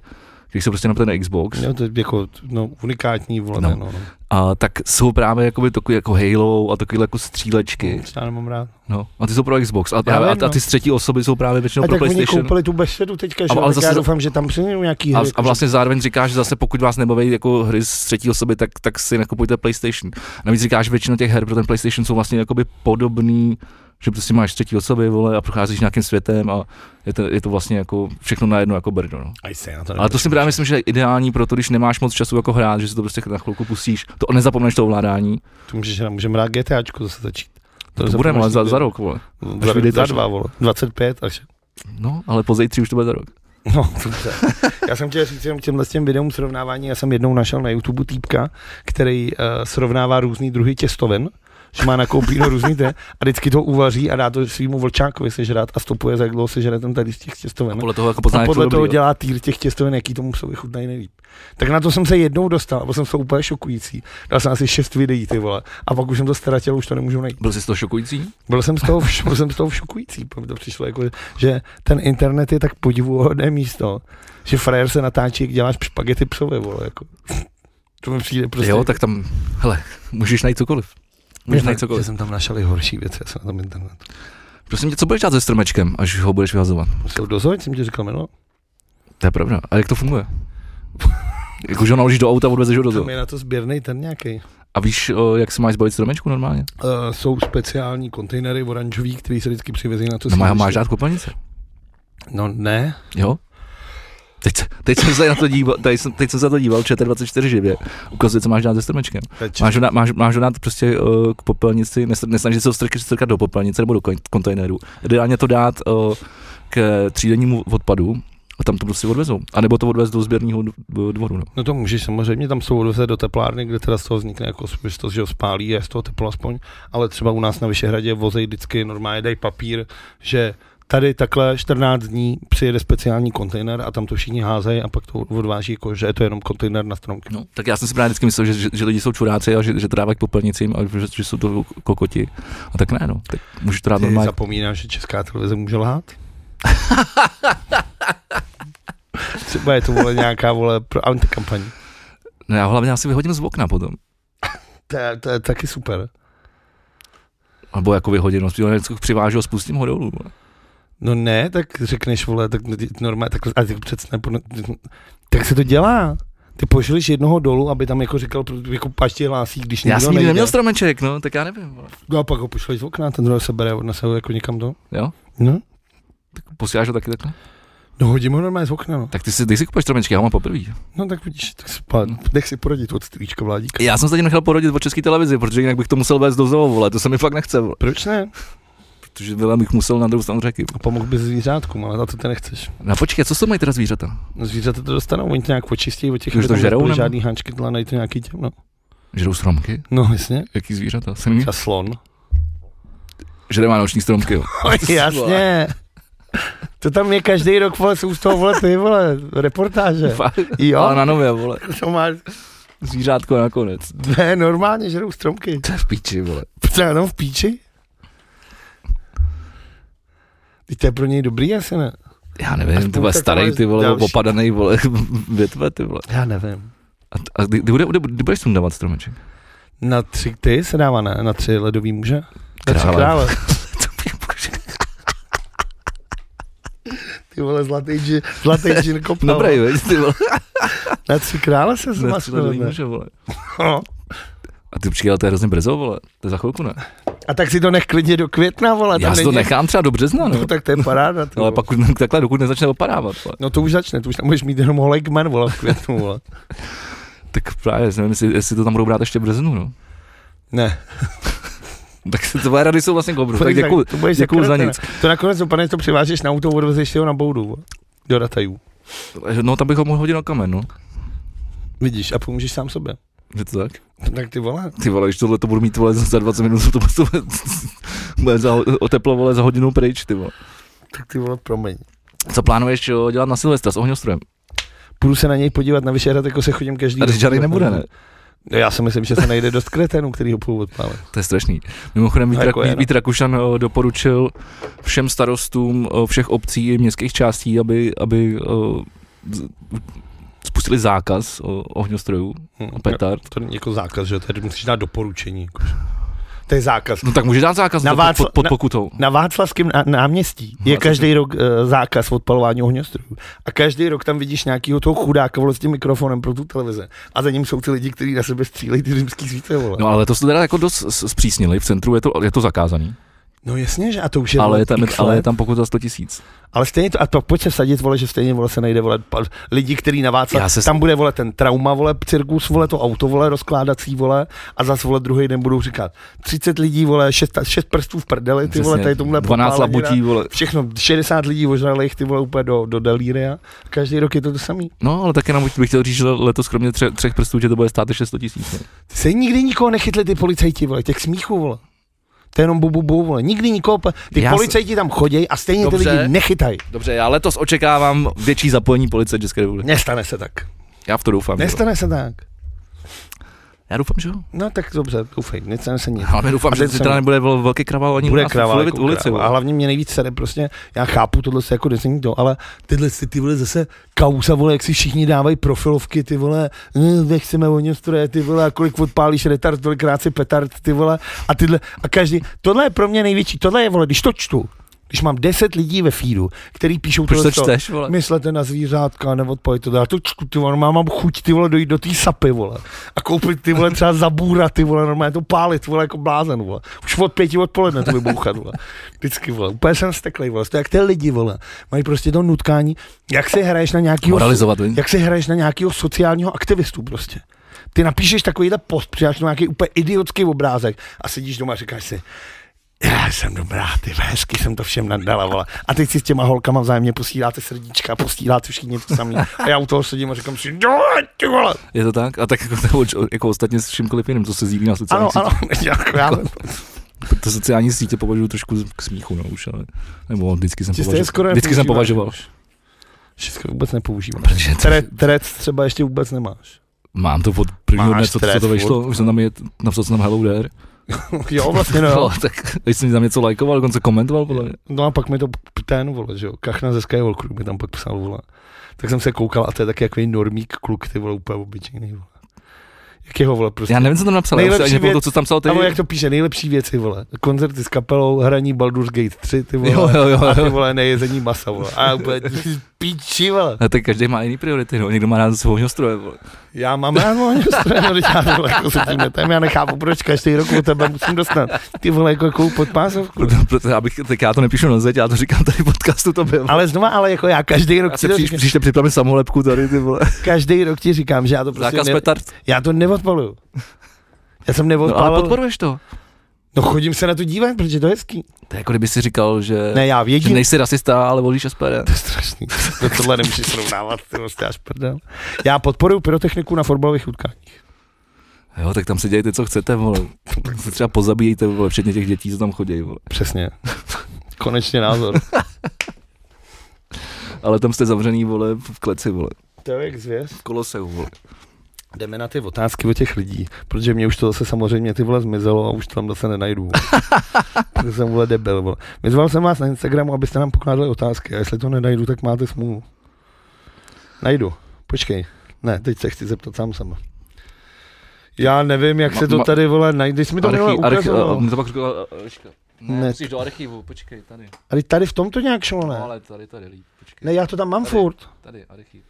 Speaker 1: když se prostě na ten Xbox,
Speaker 2: No, to je jako no, unikátní vole,
Speaker 1: No.
Speaker 2: no. no, no.
Speaker 1: a, tak jsou právě jakoby takový jako Halo a takovýhle jako střílečky.
Speaker 2: Já nemám rád.
Speaker 1: No. A ty jsou pro Xbox. A, právě,
Speaker 2: vím,
Speaker 1: a, a
Speaker 2: no.
Speaker 1: ty z třetí osoby jsou právě většinou
Speaker 2: a
Speaker 1: pro
Speaker 2: tak oni
Speaker 1: PlayStation.
Speaker 2: koupili tu besedu teďka, že?
Speaker 1: Ale-
Speaker 2: Ale,
Speaker 1: ale
Speaker 2: tak já
Speaker 1: zase-
Speaker 2: doufám, že tam přijdou nějaký
Speaker 1: A, a
Speaker 2: hry. jako jakože-
Speaker 1: vlastně zároveň říkáš, že zase pokud vás nebaví jako hry z třetí osoby, tak, tak si nakupujte PlayStation. Navíc říkáš, že většina těch her pro ten PlayStation jsou vlastně jakoby podobný, že prostě máš třetí osoby, vole, a procházíš nějakým světem a je to, je to vlastně jako všechno najednou jako brdo, no.
Speaker 2: Aj se, na to
Speaker 1: Ale to si právě myslím, že je ideální pro to, když nemáš moc času jako hrát, že si to prostě na chvilku pustíš, to nezapomeneš to ovládání,
Speaker 2: To můžeš, můžeme rád GTAčku zase začít.
Speaker 1: to, to
Speaker 2: zase
Speaker 1: budeme ale
Speaker 2: možný
Speaker 1: za,
Speaker 2: bude.
Speaker 1: za rok, vole. Až
Speaker 2: Za,
Speaker 1: vyjde
Speaker 2: za
Speaker 1: další.
Speaker 2: dva, vole. 25 až.
Speaker 1: No, ale po zítří už to bude za rok.
Speaker 2: No, <laughs> dobře. Já jsem chtěl říct jenom těmhle s těm videům srovnávání, já jsem jednou našel na YouTube týpka, který uh, srovnává různý druhy těstovin, že má nakoupíno různý ty a vždycky to uvaří a dá to svýmu vlčákovi sežrat a stopuje, za jak dlouho sežere ten tady z těch těstovin.
Speaker 1: Podle toho jako
Speaker 2: A
Speaker 1: poznáš,
Speaker 2: podle
Speaker 1: jak jsou
Speaker 2: toho
Speaker 1: dobrý, jo.
Speaker 2: dělá týr těch těstovin, jaký tomu psovi chutnají nejlíp. Tak na to jsem se jednou dostal, byl jsem to úplně šokující. Dal jsem asi šest videí, ty vole. A pak už jsem to ztratil, už to nemůžu najít.
Speaker 1: Byl jsi z toho šokující?
Speaker 2: Byl jsem z toho, v, byl jsem z toho v šokující, protože mi to přišlo jako, že ten internet je tak podivuhodné místo, že frajer se natáčí, jak děláš špagety psové, vole, jako. To mi přijde prostě.
Speaker 1: Jo, tak tam, hele, můžeš najít cokoliv. Můžeš najít
Speaker 2: že
Speaker 1: cokoliv.
Speaker 2: jsem tam našel i horší věci, já jsem na tom internetu.
Speaker 1: Prosím tě, co budeš dělat se stromečkem, až ho budeš vyhazovat?
Speaker 2: Musel dozvat, jsem ti říkal jméno.
Speaker 1: To je pravda. A jak to funguje? <laughs> Jakože ho naložíš do auta a odvezeš ho do
Speaker 2: Tam
Speaker 1: zoo.
Speaker 2: je na to sběrný ten nějaký.
Speaker 1: A víš, o, jak se máš zbavit stromečku normálně?
Speaker 2: Uh, jsou speciální kontejnery oranžový, který se vždycky přivezí na to
Speaker 1: No, má,
Speaker 2: sídliště.
Speaker 1: máš dát kopalnice.
Speaker 2: No ne,
Speaker 1: Jo? Teď, se- teď, jsem se na to díval, tady jsem, teď jsem se na to díval, čete 24 živě. Ukazuje, co máš dát se stromečkem.
Speaker 2: Peče.
Speaker 1: Máš ho, dát, máš, máš ho dát prostě uh, k popelnici, nes- nesnažit se ho strkat, strkat do popelnice nebo do kon- kontejneru. Ideálně to dát uh, k třídennímu odpadu a tam to prostě odvezou. A nebo to odvez do sběrního dv- dvoru. No.
Speaker 2: No to můžeš samozřejmě, tam jsou odveze do teplárny, kde teda z toho vznikne jako spíš že ho spálí a je z toho teplo aspoň, ale třeba u nás na Vyšehradě vozej vždycky normálně dají papír, že tady takhle 14 dní přijede speciální kontejner a tam to všichni házejí a pak to odváží, jako, že je to jenom kontejner na stromky.
Speaker 1: No, tak já jsem si právě vždycky myslel, že, že, že lidi jsou čuráci a že, že to dávají k popelnicím a že, že jsou to kokoti. A tak ne, no. Tak můžeš to dát
Speaker 2: Ty
Speaker 1: normálně.
Speaker 2: zapomínáš, že česká televize může lhát? Třeba je to vole nějaká vole pro antikampaň.
Speaker 1: No, já ho hlavně asi vyhodím z okna potom.
Speaker 2: To, je- to je taky super.
Speaker 1: Nebo jako vyhodím, no, spíš něco přivážu a spustím ho dolů. vole.
Speaker 2: No ne, tak řekneš, vole, tak no, normálně, tak, a tak přece nepo, tak se to dělá. Ty pošleš jednoho dolů, aby tam jako říkal, pro- jako paště hlásí, když
Speaker 1: Já
Speaker 2: nikdo
Speaker 1: jsem nikdy
Speaker 2: nejde.
Speaker 1: neměl stromeček, no, tak já nevím. Vole.
Speaker 2: No a pak ho pošleš z okna, ten druhý se bere, odnese ho jako někam do.
Speaker 1: Jo?
Speaker 2: No,
Speaker 1: Posíláš ho taky takhle?
Speaker 2: no hodím ho normálně z okna, no.
Speaker 1: Tak ty si, dej si kupuješ stromečky, já ho mám poprvé.
Speaker 2: No tak vidíš, tak si pán, nech si poradit od strýčka vládíka.
Speaker 1: Já jsem se tě nechal porodit po české televizi, protože jinak bych to musel vést do zoo, vole, to se mi fakt nechce, vole.
Speaker 2: Proč ne?
Speaker 1: protože vole, bych musel na druhou stranu řeky.
Speaker 2: Pomohl bys zvířátkům, ale na to ty nechceš.
Speaker 1: No počkej, co jsou mají teda zvířata?
Speaker 2: No, Zvířata to dostanou, oni to nějak očistí, od těch
Speaker 1: Už
Speaker 2: aby
Speaker 1: to
Speaker 2: tam
Speaker 1: žerou,
Speaker 2: nebyly
Speaker 1: nebo?
Speaker 2: žádný háčky, tla, najít nějaký těm, no.
Speaker 1: Žerou stromky?
Speaker 2: No, jasně.
Speaker 1: Jaký zvířata? Jsem
Speaker 2: A slon.
Speaker 1: Žere vánoční stromky, <laughs> jo.
Speaker 2: <laughs> Jasně. To tam je každý rok, vole, jsou z toho, vole, ty, vole,
Speaker 1: <laughs>
Speaker 2: reportáže.
Speaker 1: Fakt?
Speaker 2: Jo,
Speaker 1: Ale na nově, vole.
Speaker 2: to máš,
Speaker 1: Zvířátko nakonec.
Speaker 2: ne, normálně žerou stromky.
Speaker 1: To je v píči, vole.
Speaker 2: Protože jenom v píči. Teď to je pro něj dobrý, asi ne?
Speaker 1: Já
Speaker 2: Až
Speaker 1: nevím, ty
Speaker 2: půl
Speaker 1: vole,
Speaker 2: tak
Speaker 1: starý
Speaker 2: máš
Speaker 1: ty vole,
Speaker 2: další.
Speaker 1: opadaný vole, <laughs> větve ty vole.
Speaker 2: Já nevím.
Speaker 1: A, a kdy, kdy, bude, kdy, kdy budeš sundávat stromeček?
Speaker 2: Na tři ty se dává, ne? Na tři ledový muže? Na tři
Speaker 1: Krále. <laughs>
Speaker 2: krále. Ty vole, zlatý džin, zlatý džin kopnal.
Speaker 1: Dobrý, veď, ty <laughs> vole.
Speaker 2: Na tři krále se No.
Speaker 1: Na tři lidi
Speaker 2: zmasnul.
Speaker 1: může, vole. A ty přijel, to je hrozně brzo, vole. To je za chvilku, ne?
Speaker 2: A tak si to nech klidně do května, vole.
Speaker 1: Já
Speaker 2: tam
Speaker 1: si to
Speaker 2: není-
Speaker 1: nechám třeba do března, no.
Speaker 2: <laughs> No, tak to je paráda. ty
Speaker 1: Ale
Speaker 2: vole.
Speaker 1: pak <laughs> takhle, dokud nezačne opadávat, vole.
Speaker 2: No to už začne, to už tam budeš mít jenom holej kmen, vole, v květnu, vole.
Speaker 1: Tak právě, nevím, jestli, jestli to tam budou brát ještě v březnu, no. <laughs>
Speaker 2: Ne.
Speaker 1: Tak se tvoje rady jsou vlastně k obru. Tak děkuju.
Speaker 2: to budeš
Speaker 1: děkuju za
Speaker 2: zakretena.
Speaker 1: nic.
Speaker 2: To nakonec dopadne, že to přivážeš na auto, odvezeš si ho na boudu, vole. Do ratajů.
Speaker 1: No, tam bych ho mohl hodit na kamen, no.
Speaker 2: Vidíš, a pomůžeš sám sobě.
Speaker 1: Je to tak?
Speaker 2: Tak ty vole.
Speaker 1: Ty vole, když tohle to budu mít vole, za 20 minut, to prostě bude- <laughs> bude za, oteplo vole, za hodinu pryč, ty vole.
Speaker 2: Tak ty vole, promiň.
Speaker 1: Co plánuješ jo, dělat na Silvestra s ohňostrojem?
Speaker 2: Půjdu se na něj podívat na Vyšehrad, jako se chodím každý No,
Speaker 1: Tady žádný nebude, ne?
Speaker 2: Já si myslím, že se najde dost kretenů, který ho půl odpále.
Speaker 1: To je strašný. Mimochodem Vít,
Speaker 2: No, jako
Speaker 1: Rak-
Speaker 2: je, no.
Speaker 1: Vít Rakušan eh, doporučil všem starostům eh, všech obcí i městských částí, aby, aby eh, z- spustili zákaz eh, ohňostrojů
Speaker 2: Hm.
Speaker 1: a petard.
Speaker 2: To není jako zákaz, že? Tady musíš dát doporučení. jakože. To je zákaz.
Speaker 1: No tak může dát zákaz
Speaker 2: Na
Speaker 1: na pod,
Speaker 2: Václav-
Speaker 1: pod, pod
Speaker 2: na-
Speaker 1: pokutou.
Speaker 2: Na Václavském ná- náměstí je
Speaker 1: Václavském.
Speaker 2: každý rok e, zákaz odpalování ohňostrojů. A každý rok tam vidíš nějakého toho chudáka vole, s tím mikrofonem pro tu televize. A za ním jsou ty lidi, kteří na sebe střílejí ty římský svíce. Vole.
Speaker 1: No ale letos to teda jako dost s- zpřísnili, v centru je to, je to zakázaný,
Speaker 2: No jasně, že a to už je
Speaker 1: ale
Speaker 2: vole,
Speaker 1: je, tam,
Speaker 2: x
Speaker 1: ale je
Speaker 2: let.
Speaker 1: tam pokuta 100 tisíc.
Speaker 2: ale stejně to, a to pojď se vsadit, vole, že stejně vole se nejde vole pa- lidi, který na
Speaker 1: Já
Speaker 2: Václav,
Speaker 1: se s-
Speaker 2: se... tam bude vole ten trauma, vole cirkus, vole to auto, vole rozkládací, vole a zas vole druhý den budou říkat 30 lidí, vole 6, prstů v prdeli, ty vole, tady tomhle
Speaker 1: 12
Speaker 2: popálenina.
Speaker 1: labutí, vole.
Speaker 2: Všechno, 60 lidí ožralých, ty vole úplně do, do delíria. Každý rok je to to samý.
Speaker 1: No, ale taky nám bych chtěl říct, že letos kromě tře- třech prstů tě to bude stát ještě 100 tisíc. no. ne?
Speaker 2: Ty se nikdy nikoho nechytli ty policajti, vole, těch smíchů, vole. To je jenom bu, bu, bu vole. Nikdy nikoho, pa- ty
Speaker 1: Já
Speaker 2: Já
Speaker 1: s-
Speaker 2: policajti tam chodí a stejně Dobře. ty
Speaker 1: Dobře.
Speaker 2: lidi nechytají.
Speaker 1: Dobře, já letos očekávám větší zapojení policie České republiky.
Speaker 2: Nestane se tak.
Speaker 1: Já v to doufám. že jo.
Speaker 2: Nestane se tak.
Speaker 1: Já doufám, že jo.
Speaker 2: No tak dobře, doufej, nestane se nic.
Speaker 1: Ale doufám,
Speaker 2: A
Speaker 1: že
Speaker 2: teď
Speaker 1: zítra
Speaker 2: jsem-
Speaker 1: nebude vel- velký kraval ani
Speaker 2: Bude
Speaker 1: u nás
Speaker 2: kravál,
Speaker 1: v
Speaker 2: jako
Speaker 1: ulici.
Speaker 2: kravál. A
Speaker 1: vole.
Speaker 2: hlavně mě nejvíc sere prostě, já chápu tohle se jako desení to, ale tyhle si ty vole zase kauza, vole, jak si všichni dávají profilovky, ty vole, "Mm, my chceme ohně stroje, ty vole, a kolik odpálíš retard, tolikrát si petard, ty vole, a tyhle, a každý, tohle je pro mě největší, tohle je, vole, když to čtu, když mám 10 lidí ve feedu, který píšou
Speaker 1: Proč to
Speaker 2: tohle,
Speaker 1: čteš, vole?
Speaker 2: myslete na zvířátka, neodpojit to, já to čtu, ty vole, normálně mám chuť, ty vole, dojít do té sapy, vole, a koupit ty vole třeba zabůra, ty vole, normálně to pálit, vole, jako blázen, vole, už od pěti odpoledne to vybouchat, vole, vždycky, vole, úplně jsem steklej, vole, to jak ty lidi, vole, mají prostě to nutkání, jak si hraješ na nějakýho,
Speaker 1: Moralizovat, viď?
Speaker 2: jak si hraješ na nějakého sociálního aktivistu prostě. Ty napíšeš takovýhle post, přidáš tomu nějaký úplně idiotský obrázek a sedíš doma a říkáš si, já jsem dobrá, ty vole, hezky jsem to všem nadala, vole. A teď si s těma holkama vzájemně posíláte srdíčka, posíláte všichni to samý. A já u toho sedím a říkám si, "Jo, ty vole.
Speaker 1: Je to tak? A tak jako, to, oč- jako <laughs> ostatně s čímkoliv jiným, co se zjíví na
Speaker 2: Ano,
Speaker 1: sociálních
Speaker 2: ano, jako já,
Speaker 1: sítích. To sociální sítě považuji trošku z- k smíchu, no už, ale, nebo vždycky jsem
Speaker 2: Že jste je
Speaker 1: považoval.
Speaker 2: skoro
Speaker 1: vždycky jsem
Speaker 2: nepoužíváš
Speaker 1: považoval.
Speaker 2: všechno vůbec nepoužívám.
Speaker 1: Protože to,
Speaker 2: Tre- Trec třeba ještě vůbec nemáš.
Speaker 1: mám to od prvního
Speaker 2: Máš
Speaker 1: dne, co, co
Speaker 2: trest,
Speaker 1: to vyšlo,
Speaker 2: furt.
Speaker 1: už jsem tam je, napsal jsem tam Hello There.
Speaker 2: Jo,
Speaker 1: <laughs>
Speaker 2: vlastně no.
Speaker 1: Ale tak, když jsem tam něco lajkoval, dokonce komentoval, podle mě.
Speaker 2: No a pak mi to ten, vole, že jo, kachna ze Skywall Crew mi tam pak psal, vole. Tak jsem se koukal a to je taky jako normík kluk, ty vole, úplně obyčejný, vole. Jak jeho, vole, prostě.
Speaker 1: Já nevím, co tam napsal, já už si ani
Speaker 2: Nejlepší
Speaker 1: nepamatuju,
Speaker 2: věc-
Speaker 1: co tam psal ty.
Speaker 2: Nebo jak to píše, nejlepší věci, vole. Koncerty s kapelou, hraní Baldur's Gate 3, ty vole.
Speaker 1: Jo, jo, jo,
Speaker 2: A ty
Speaker 1: jo.
Speaker 2: vole, nejezení masa, vole. A já úplně, píči, vole.
Speaker 1: A tak každý má jiný priority, no. někdo má rád svůj stroje, vole.
Speaker 2: Já mám
Speaker 1: <laughs>
Speaker 2: ráno ani stranu, teď já vole, jako se tím netem, já nechápu, proč každý rok od tebe musím dostat. Ty vole, jako jakou podpásovku.
Speaker 1: Proto, proto, abych, tak já to nepíšu na zeď, já to říkám tady v podcastu, to bylo.
Speaker 2: Ale znova, ale jako já každý rok,
Speaker 1: Já
Speaker 2: ti
Speaker 1: se
Speaker 2: to
Speaker 1: příš,
Speaker 2: říkám,
Speaker 1: příště připravím samolepku tady, ty vole.
Speaker 2: každý rok ti říkám, že já to prostě
Speaker 1: Zákaz
Speaker 2: ne,
Speaker 1: petard.
Speaker 2: já to neodpaluju. Já jsem
Speaker 1: No, ale
Speaker 2: neodpalil. No,
Speaker 1: podporuješ to.
Speaker 2: no chodím se na to dívat, protože to je hezký.
Speaker 1: To je jako kdyby si říkal, že,
Speaker 2: Ne, já
Speaker 1: že
Speaker 2: vědím.
Speaker 1: nejsi rasista, ale volíš SPD.
Speaker 2: To je strašný. To tohle nemůžeš srovnávat, ty vlastně až prdel. Já podporuji pyrotechniku na fotbalových utkáních.
Speaker 1: Jo, tak tam si dějte, co chcete, vole. <laughs> Se třeba pozabíjejte, vole, včetně těch dětí, co tam chodí, vole.
Speaker 2: Přesně. Konečně názor.
Speaker 1: Ale tam jste zavřený, vole, v kleci, vole.
Speaker 2: To je jak zvěř.
Speaker 1: V koloseu, vole.
Speaker 2: Jdeme na ty otázky o těch lidí, protože mě už to zase samozřejmě ty vole zmizelo a už tam
Speaker 1: <laughs>
Speaker 2: zase nenajdu. Protože jsem vole debil. Vole. Vyzval jsem vás na Instagramu, abyste nám pokládali otázky a jestli to nenajdu, tak máte smůlu. Najdu. Počkej. Ne, teď se chci zeptat sám sama. Já nevím, jak
Speaker 1: Ma-
Speaker 2: se to
Speaker 1: ma- uh,
Speaker 2: tady vole najde. Jsi mi to minule ukazoval.
Speaker 1: to pak eh, říkal,
Speaker 2: Ne, Ne. musíš
Speaker 1: do archivu, počkej, tady. No,
Speaker 2: Ale tady v tomto nějak šlo, ne?
Speaker 1: ale tady, tady, líp, počkej.
Speaker 2: Ne, já to tam mám
Speaker 1: Tady.
Speaker 2: furt.
Speaker 1: Tady, archiv.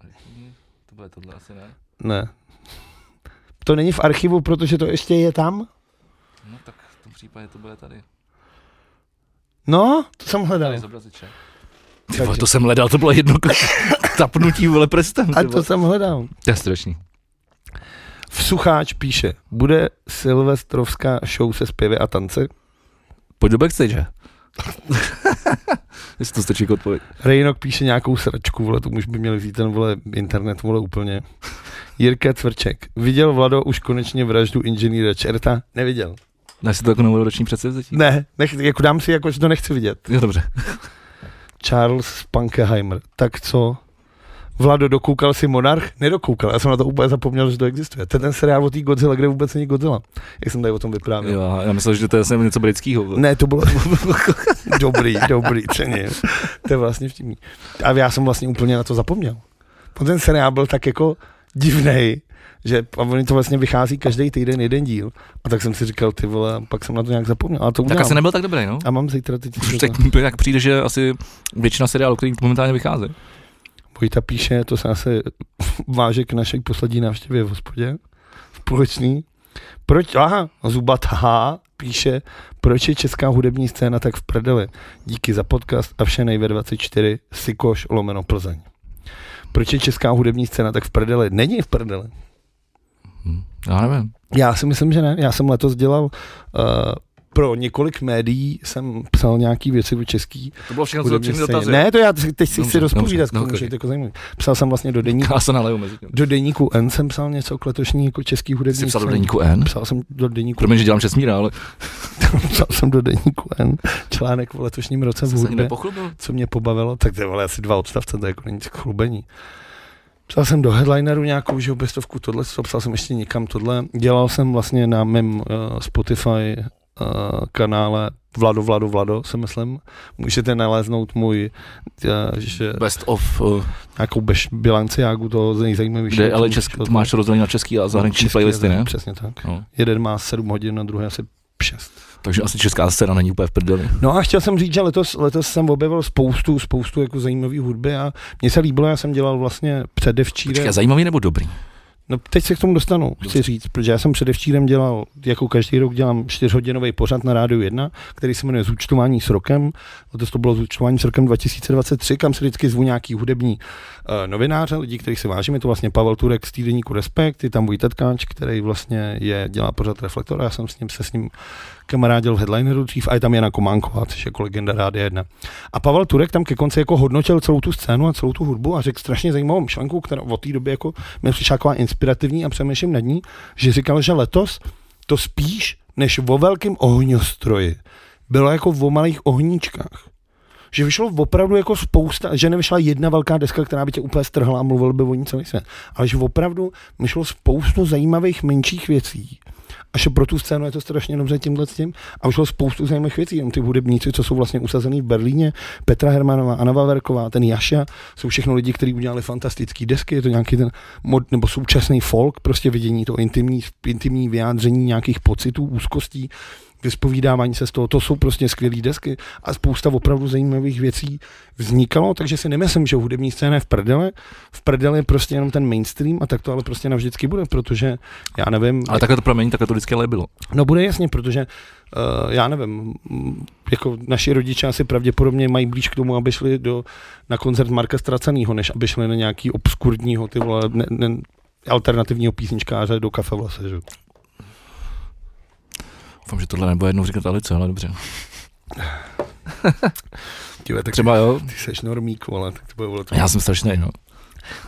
Speaker 1: Archiv. To bude tohle asi, ne?
Speaker 2: Ne. To není v archivu, protože to ještě je tam?
Speaker 1: No tak v tom případě to bude tady.
Speaker 2: No, to jsem hledal.
Speaker 1: zobraziče. Ty
Speaker 2: Takže-
Speaker 1: vole, to jsem hledal, to bylo jedno
Speaker 2: <laughs>
Speaker 1: tapnutí, vole, prstem.
Speaker 2: A
Speaker 1: ty
Speaker 2: to
Speaker 1: vole.
Speaker 2: jsem hledal.
Speaker 1: to je strašný.
Speaker 2: V Sucháč píše, bude silvestrovská show se zpěvy a tanci?
Speaker 1: Pojď do backstage. <laughs> Jestli to stačí jako odpověď.
Speaker 2: Rejnok píše nějakou sračku, vole, to už by měl vzít ten, vole, internet, vole, úplně. Jirka Cvrček, viděl Vlado už konečně vraždu inženýra Čerta? Neviděl.
Speaker 1: Dáš si to jako novoroční předsevzetí?
Speaker 2: Ne, nech, jako dám si, jako, že to nechci vidět.
Speaker 1: Jo, dobře.
Speaker 2: Charles Spankeheimer, tak co? Vlado, dokoukal si Monarch? Nedokoukal, já jsem na to úplně zapomněl, že to existuje. To je ten seriál o té Godzilla, kde vůbec není Godzilla. Jak jsem tady o tom vyprávěl.
Speaker 1: Jo, já myslel, že to je zase něco britského. <laughs>
Speaker 2: Ne, to bylo dobrý, dobrý, ceně. To je vlastně vtipný. A já jsem vlastně úplně na to zapomněl. On ten seriál byl tak jako divnej, že a oni to vlastně vychází každý týden jeden díl. A tak jsem si říkal, ty vole, pak jsem na to nějak zapomněl. A to
Speaker 1: Tak
Speaker 2: udělám.
Speaker 1: asi nebyl tak dobrý, no.
Speaker 2: A mám zítra teď.
Speaker 1: Už tak, tak přijde, že asi většina seriálů, který momentálně vychází.
Speaker 2: Vojta píše, to se asi <laughs> váže k naší poslední návštěvě v hospodě, v Půlečný. Proč, aha, Zubat H píše, proč je česká hudební scéna tak v prdeli? Díky za podcast a vše nejve 24, Sikoš, Lomeno, Plzeň. Proč je česká hudební scéna tak v prdeli? Není v prdeli.
Speaker 1: Hm. Já nevím.
Speaker 2: Já si myslím, že ne. Já jsem letos dělal uh, pro několik médií jsem psal nějaký věci o český
Speaker 1: To bylo všechno, co
Speaker 2: hudební
Speaker 1: všechny
Speaker 2: scéně.
Speaker 1: dotazy.
Speaker 2: Ne, to já teď si
Speaker 1: Dobře,
Speaker 2: chci
Speaker 1: dobře,
Speaker 2: rozpovídat,
Speaker 1: no,
Speaker 2: no,
Speaker 1: ok.
Speaker 2: okay. jako zajímavý. Psal jsem vlastně do deníku
Speaker 1: Já se naleju mezi tím.
Speaker 2: do deníku N jsem psal něco k letošní jako český hudební.
Speaker 1: Jsi psal do
Speaker 2: scéně.
Speaker 1: deníku N?
Speaker 2: Psal jsem do deníku,
Speaker 1: Promiň, že dělám šestmíra, ale
Speaker 2: <laughs> psal jsem do deníku N článek v letošním roce v
Speaker 1: jsem se ani
Speaker 2: hudbě,
Speaker 1: nepochlubil.
Speaker 2: co mě pobavilo, tak to je vole asi dva odstavce, to je jako není tak chlubení. Psal jsem do headlineru nějakou, že oběstovku tohle, co psal jsem ještě někam tohle. Dělal jsem vlastně na mém uh, Spotify uh, kanále Vlado, Vlado, Vlado, se myslím. Můžete naleznout můj, uh, že
Speaker 1: Best of, uh,
Speaker 2: nějakou beš, bilanci jágu toho z nejzajímavějšího.
Speaker 1: kde
Speaker 2: co
Speaker 1: ale
Speaker 2: jsem
Speaker 1: česk,
Speaker 2: slyšel.
Speaker 1: máš rozdělený na český a zahraniční
Speaker 2: Český
Speaker 1: playlisty,
Speaker 2: jazyk,
Speaker 1: ne?
Speaker 2: Přesně tak.
Speaker 1: No.
Speaker 2: Jeden má 7 hodin, na druhé asi 6.
Speaker 1: Takže asi česká scéna není úplně v prdeli.
Speaker 2: No a chtěl jsem říct, že letos, letos jsem objevil spoustu, spoustu jako zajímavé hudby a mně se líbilo, já jsem dělal vlastně předevčírem.
Speaker 1: Počkej, zajímavý nebo dobrý?
Speaker 2: No teď se k tomu dostanu,
Speaker 1: Dobře.
Speaker 2: chci říct, protože já jsem předevčírem dělal, jako každý rok dělám čtyřhodinový pořad na Rádiu 1, který se jmenuje Zúčtování s rokem. Letos to bylo Zúčtování s rokem 2023, kam se vždycky zvu nějaký hudební uh, novináře, lidi, kterých se vážím. Je to vlastně Pavel Turek z týdeníku Respekt, je tam Vojta Tkáč, který vlastně je, dělá pořad Reflektor a já jsem s ním se s ním kamarádil v headlineru dřív a je tam Jana Kománková, což je jako legenda Rádia 1. A Pavel Turek tam ke konci jako hodnotil celou tu scénu a celou tu hudbu a řekl strašně zajímavou myšlenku, která od té doby jako mi přišla taková inspirativní a přemýšlím nad ní, že říkal, že letos to spíš než o velkém ohňostroji bylo jako o malých ohníčkách. Že vyšlo opravdu jako spousta, že nevyšla jedna velká deska, která by tě úplně strhla a mluvil by o ní celý svět. Ale že opravdu vyšlo spoustu zajímavých menších věcí. A že pro tu scénu je to strašně dobře tímhle s tím. A vyšlo spoustu zajímavých věcí. Jenom ty hudebníci, co jsou vlastně usazený v Berlíně, Petra Hermanová, Anna Vaverková, ten Jaša, jsou všechno lidi, kteří udělali fantastické desky, je to nějaký ten mod, nebo současný folk, prostě vidění to intimní, intimní vyjádření nějakých pocitů, úzkostí, vyspovídávání se z toho, to jsou prostě skvělé desky a spousta opravdu zajímavých věcí vznikalo, takže si nemyslím, že hudební scéna je v prdele, v prdele je prostě jenom ten mainstream a tak to ale prostě navždycky bude, protože já nevím,
Speaker 1: Ale takhle to promiň, takhle to vždycky ale bylo.
Speaker 2: No bude jasně, protože uh, já nevím, mm, jako naši rodiče asi pravděpodobně mají blíž k tomu, aby šli do, na koncert Marka Ztracenýho, než aby šli na nějaký obskurního, ty vole, ne, ne, alternativního písničkáře do kafe vlase, že?
Speaker 1: Doufám, že tohle nebude jednou říkat Alice, ale dobře.
Speaker 2: Tyve, tak
Speaker 1: Třeba jo.
Speaker 2: ty seš normík, ale tak to bude volat.
Speaker 1: Já jsem strašný, no.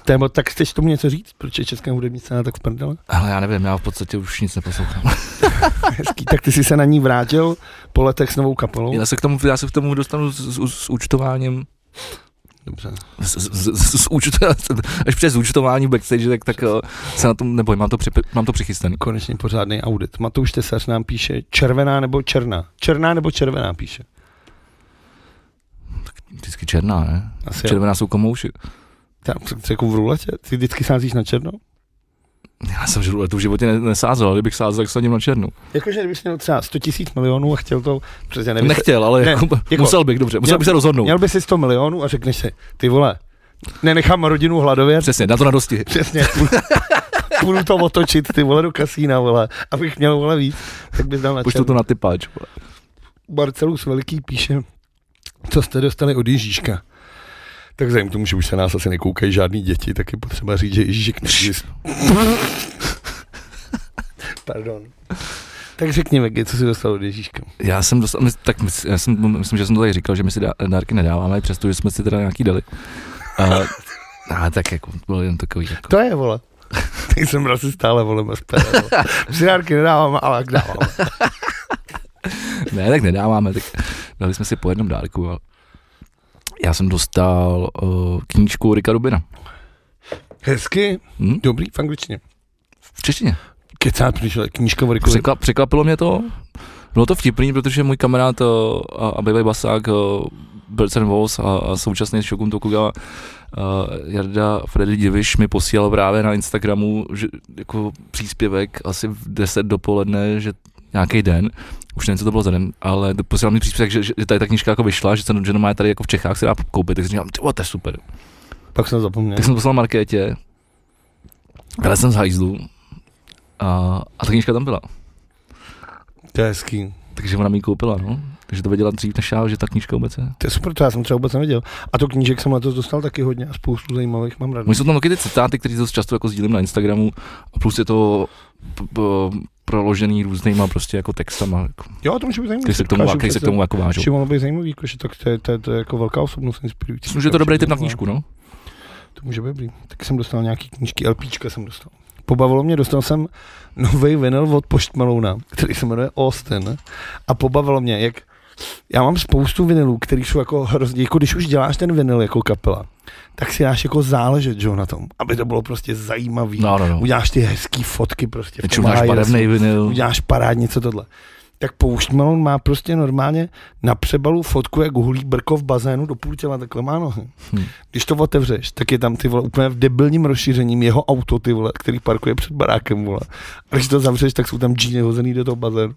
Speaker 2: Téma, tak chceš tomu něco říct? Proč je česká hudební scéna tak v prdele?
Speaker 1: Ale já nevím, já v podstatě už nic neposlouchám.
Speaker 2: <laughs> Hezký. tak ty jsi se na ní vrátil po letech s novou kapelou?
Speaker 1: Já se k tomu, já se k tomu dostanu s, s, s účtováním
Speaker 2: Dobře.
Speaker 1: z, z, z, z účtu, <laughs> až přes účtování backstage, tak, tak eh, se na tom nebojím, mám to, při, mám to přichystaný.
Speaker 2: Konečně pořádný audit. Matouš Tesař nám píše červená nebo černá. Černá nebo červená píše.
Speaker 1: Vždycky černá, ne?
Speaker 2: Asi jo.
Speaker 1: Červená jsou komouši.
Speaker 2: Tam jsem jako v ruletě? Ty vždycky sázíš na černo?
Speaker 1: Já jsem žil, to v životě ne- nesázal, ale kdybych sázel, tak sadím na černou.
Speaker 2: Jakože kdybys měl třeba 100 tisíc milionů a chtěl to, protože nevím, Nech...
Speaker 1: Nechtěl, ale
Speaker 2: ne,
Speaker 1: jako,
Speaker 2: jako-
Speaker 1: musel bych, dobře, musel
Speaker 2: Měl-
Speaker 1: bych se rozhodnout.
Speaker 2: měl by si 100 milionů a řekneš si, ty vole, nenechám rodinu hladovět,
Speaker 1: Přesně, na to na dosti.
Speaker 2: <laughs> přesně, půjdu, půjdu to otočit, ty vole, do kasína, vole, abych měl, vole, víc, tak bys dal na
Speaker 1: Počtu
Speaker 2: černo.
Speaker 1: to na typáč. vole.
Speaker 2: Barcelus Veliký píše, co jste dostali od Ježíška. Tak vzhledem k tomu, že už se nás asi nekoukají žádný děti, tak je potřeba říct, že Ježíšek neexistuje. <laughs> Pardon. Tak řekni, Vegy, co jsi dostal od Ježíška.
Speaker 1: Já jsem dostal, mys- tak mys- já jsem, myslím, že jsem to tady říkal, že my si dá, dárky nedáváme, přestože jsme si teda nějaký dali. A, a tak jako, bylo jen takový jako.
Speaker 2: To je, vole. <laughs> Teď jsem asi stále volím SPD. vole. <laughs> Přidárky nedávám, ale jak dávám.
Speaker 1: Ne, tak nedáváme, tak dali jsme si po jednom dárku. Ale... Já jsem dostal uh, knížku Rika eh, Rubina.
Speaker 2: Hezky,
Speaker 1: Hm?
Speaker 2: dobrý v angličtině.
Speaker 1: V češtině.
Speaker 2: Kecá přišel, knížka o Rickovi.
Speaker 1: Překla, překvapilo mě to. Bylo to vtipný, protože můj kamarád eh, a, a bývalý basák eh, Bertrand Walls a, a současný Shogun Tokugawa eh, Jarda Freddy Diviš mi posílal právě na Instagramu že, jako příspěvek asi v 10 dopoledne, že nějaký den, už nevím, co to bylo za den, ale to- posílal mi příspěvek, že, že, že tady ta knížka jako vyšla, že se že normálně tady jako v Čechách se dá koupit, tak jsem říkal, "Ty vole, to je super.
Speaker 2: Pak jsem zapomněl.
Speaker 1: Tak jsem poslal Markétě, ale jsem z hajzlu a, a ta knížka tam byla.
Speaker 2: To je hezký.
Speaker 1: Takže ona mi ji koupila, no. Takže to věděla dřív než já, že ta knížka vůbec je.
Speaker 2: To je super, to já jsem třeba vůbec nevěděl. A to knížek jsem letos dostal taky hodně a spoustu zajímavých mám rád.
Speaker 1: Můj jsou tam taky ty citáty, které dost často jako sdílím na Instagramu a plus je to p- p- proložený různýma prostě jako textama, jako,
Speaker 2: Jo, to může být zajímavý.
Speaker 1: který se k tomu,
Speaker 2: Dokážu
Speaker 1: který se k tomu jako vážou.
Speaker 2: Čím mohlo být zajímavý, jakože tak to je, to, je, to je jako velká osobnost inspirující.
Speaker 1: Myslím, že je to
Speaker 2: Takže
Speaker 1: dobrý tip na
Speaker 2: zajímavá.
Speaker 1: knížku, no.
Speaker 2: To může být dobrý. Tak jsem dostal nějaký knížky, LPčka jsem dostal. Pobavilo mě, dostal jsem nový vinyl od Post Malona, který se jmenuje Austin. A pobavilo mě, jak já mám spoustu vinylů, který jsou jako hrozně, jako když už děláš ten vinyl jako kapela, tak si dáš jako záležet, že jo, na tom, aby to bylo prostě zajímavý.
Speaker 1: No, no, no.
Speaker 2: Uděláš ty hezký fotky prostě. v
Speaker 1: Teď
Speaker 2: tom
Speaker 1: máš
Speaker 2: hájesu
Speaker 1: barevný vinyl.
Speaker 2: uděláš parádně, co tohle. Tak Post Malone má prostě normálně na přebalu fotku, jak hulí brko v bazénu do půl těla, takhle má nohy.
Speaker 1: Hm.
Speaker 2: Hmm. Když to otevřeš, tak je tam ty vole úplně v debilním rozšířením jeho auto, ty vole, který parkuje před barákem, vole. A když to zavřeš, tak jsou tam džíny hozený do toho bazénu.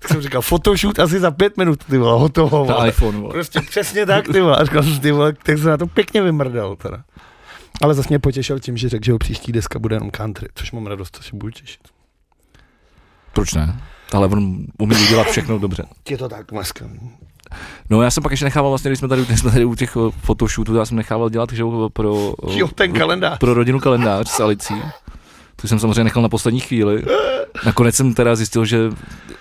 Speaker 2: Tak jsem říkal, photoshoot asi za pět minut, ty vole, hotovo,
Speaker 1: Ta
Speaker 2: vole.
Speaker 1: iPhone, vole.
Speaker 2: Prostě přesně tak, ty vole. A říkal jsem, ty vole, tak se na to pěkně vymrdal, teda. Ale zase mě potěšil tím, že řekl, že jeho příští deska bude jenom country, což mám radost, to se budu těšit.
Speaker 1: Proč ne? Ale on umí udělat všechno dobře.
Speaker 2: Je to tak, dneska.
Speaker 1: No já jsem pak ještě nechával vlastně, když jsme tady, když jsme tady u těch eh, photoshootů, já jsem nechával dělat že jo, pro, eh,
Speaker 2: Jo, ten kalendář.
Speaker 1: pro rodinu kalendář s Alicí. To jsem samozřejmě nechal na poslední chvíli. Nakonec jsem teda zjistil, že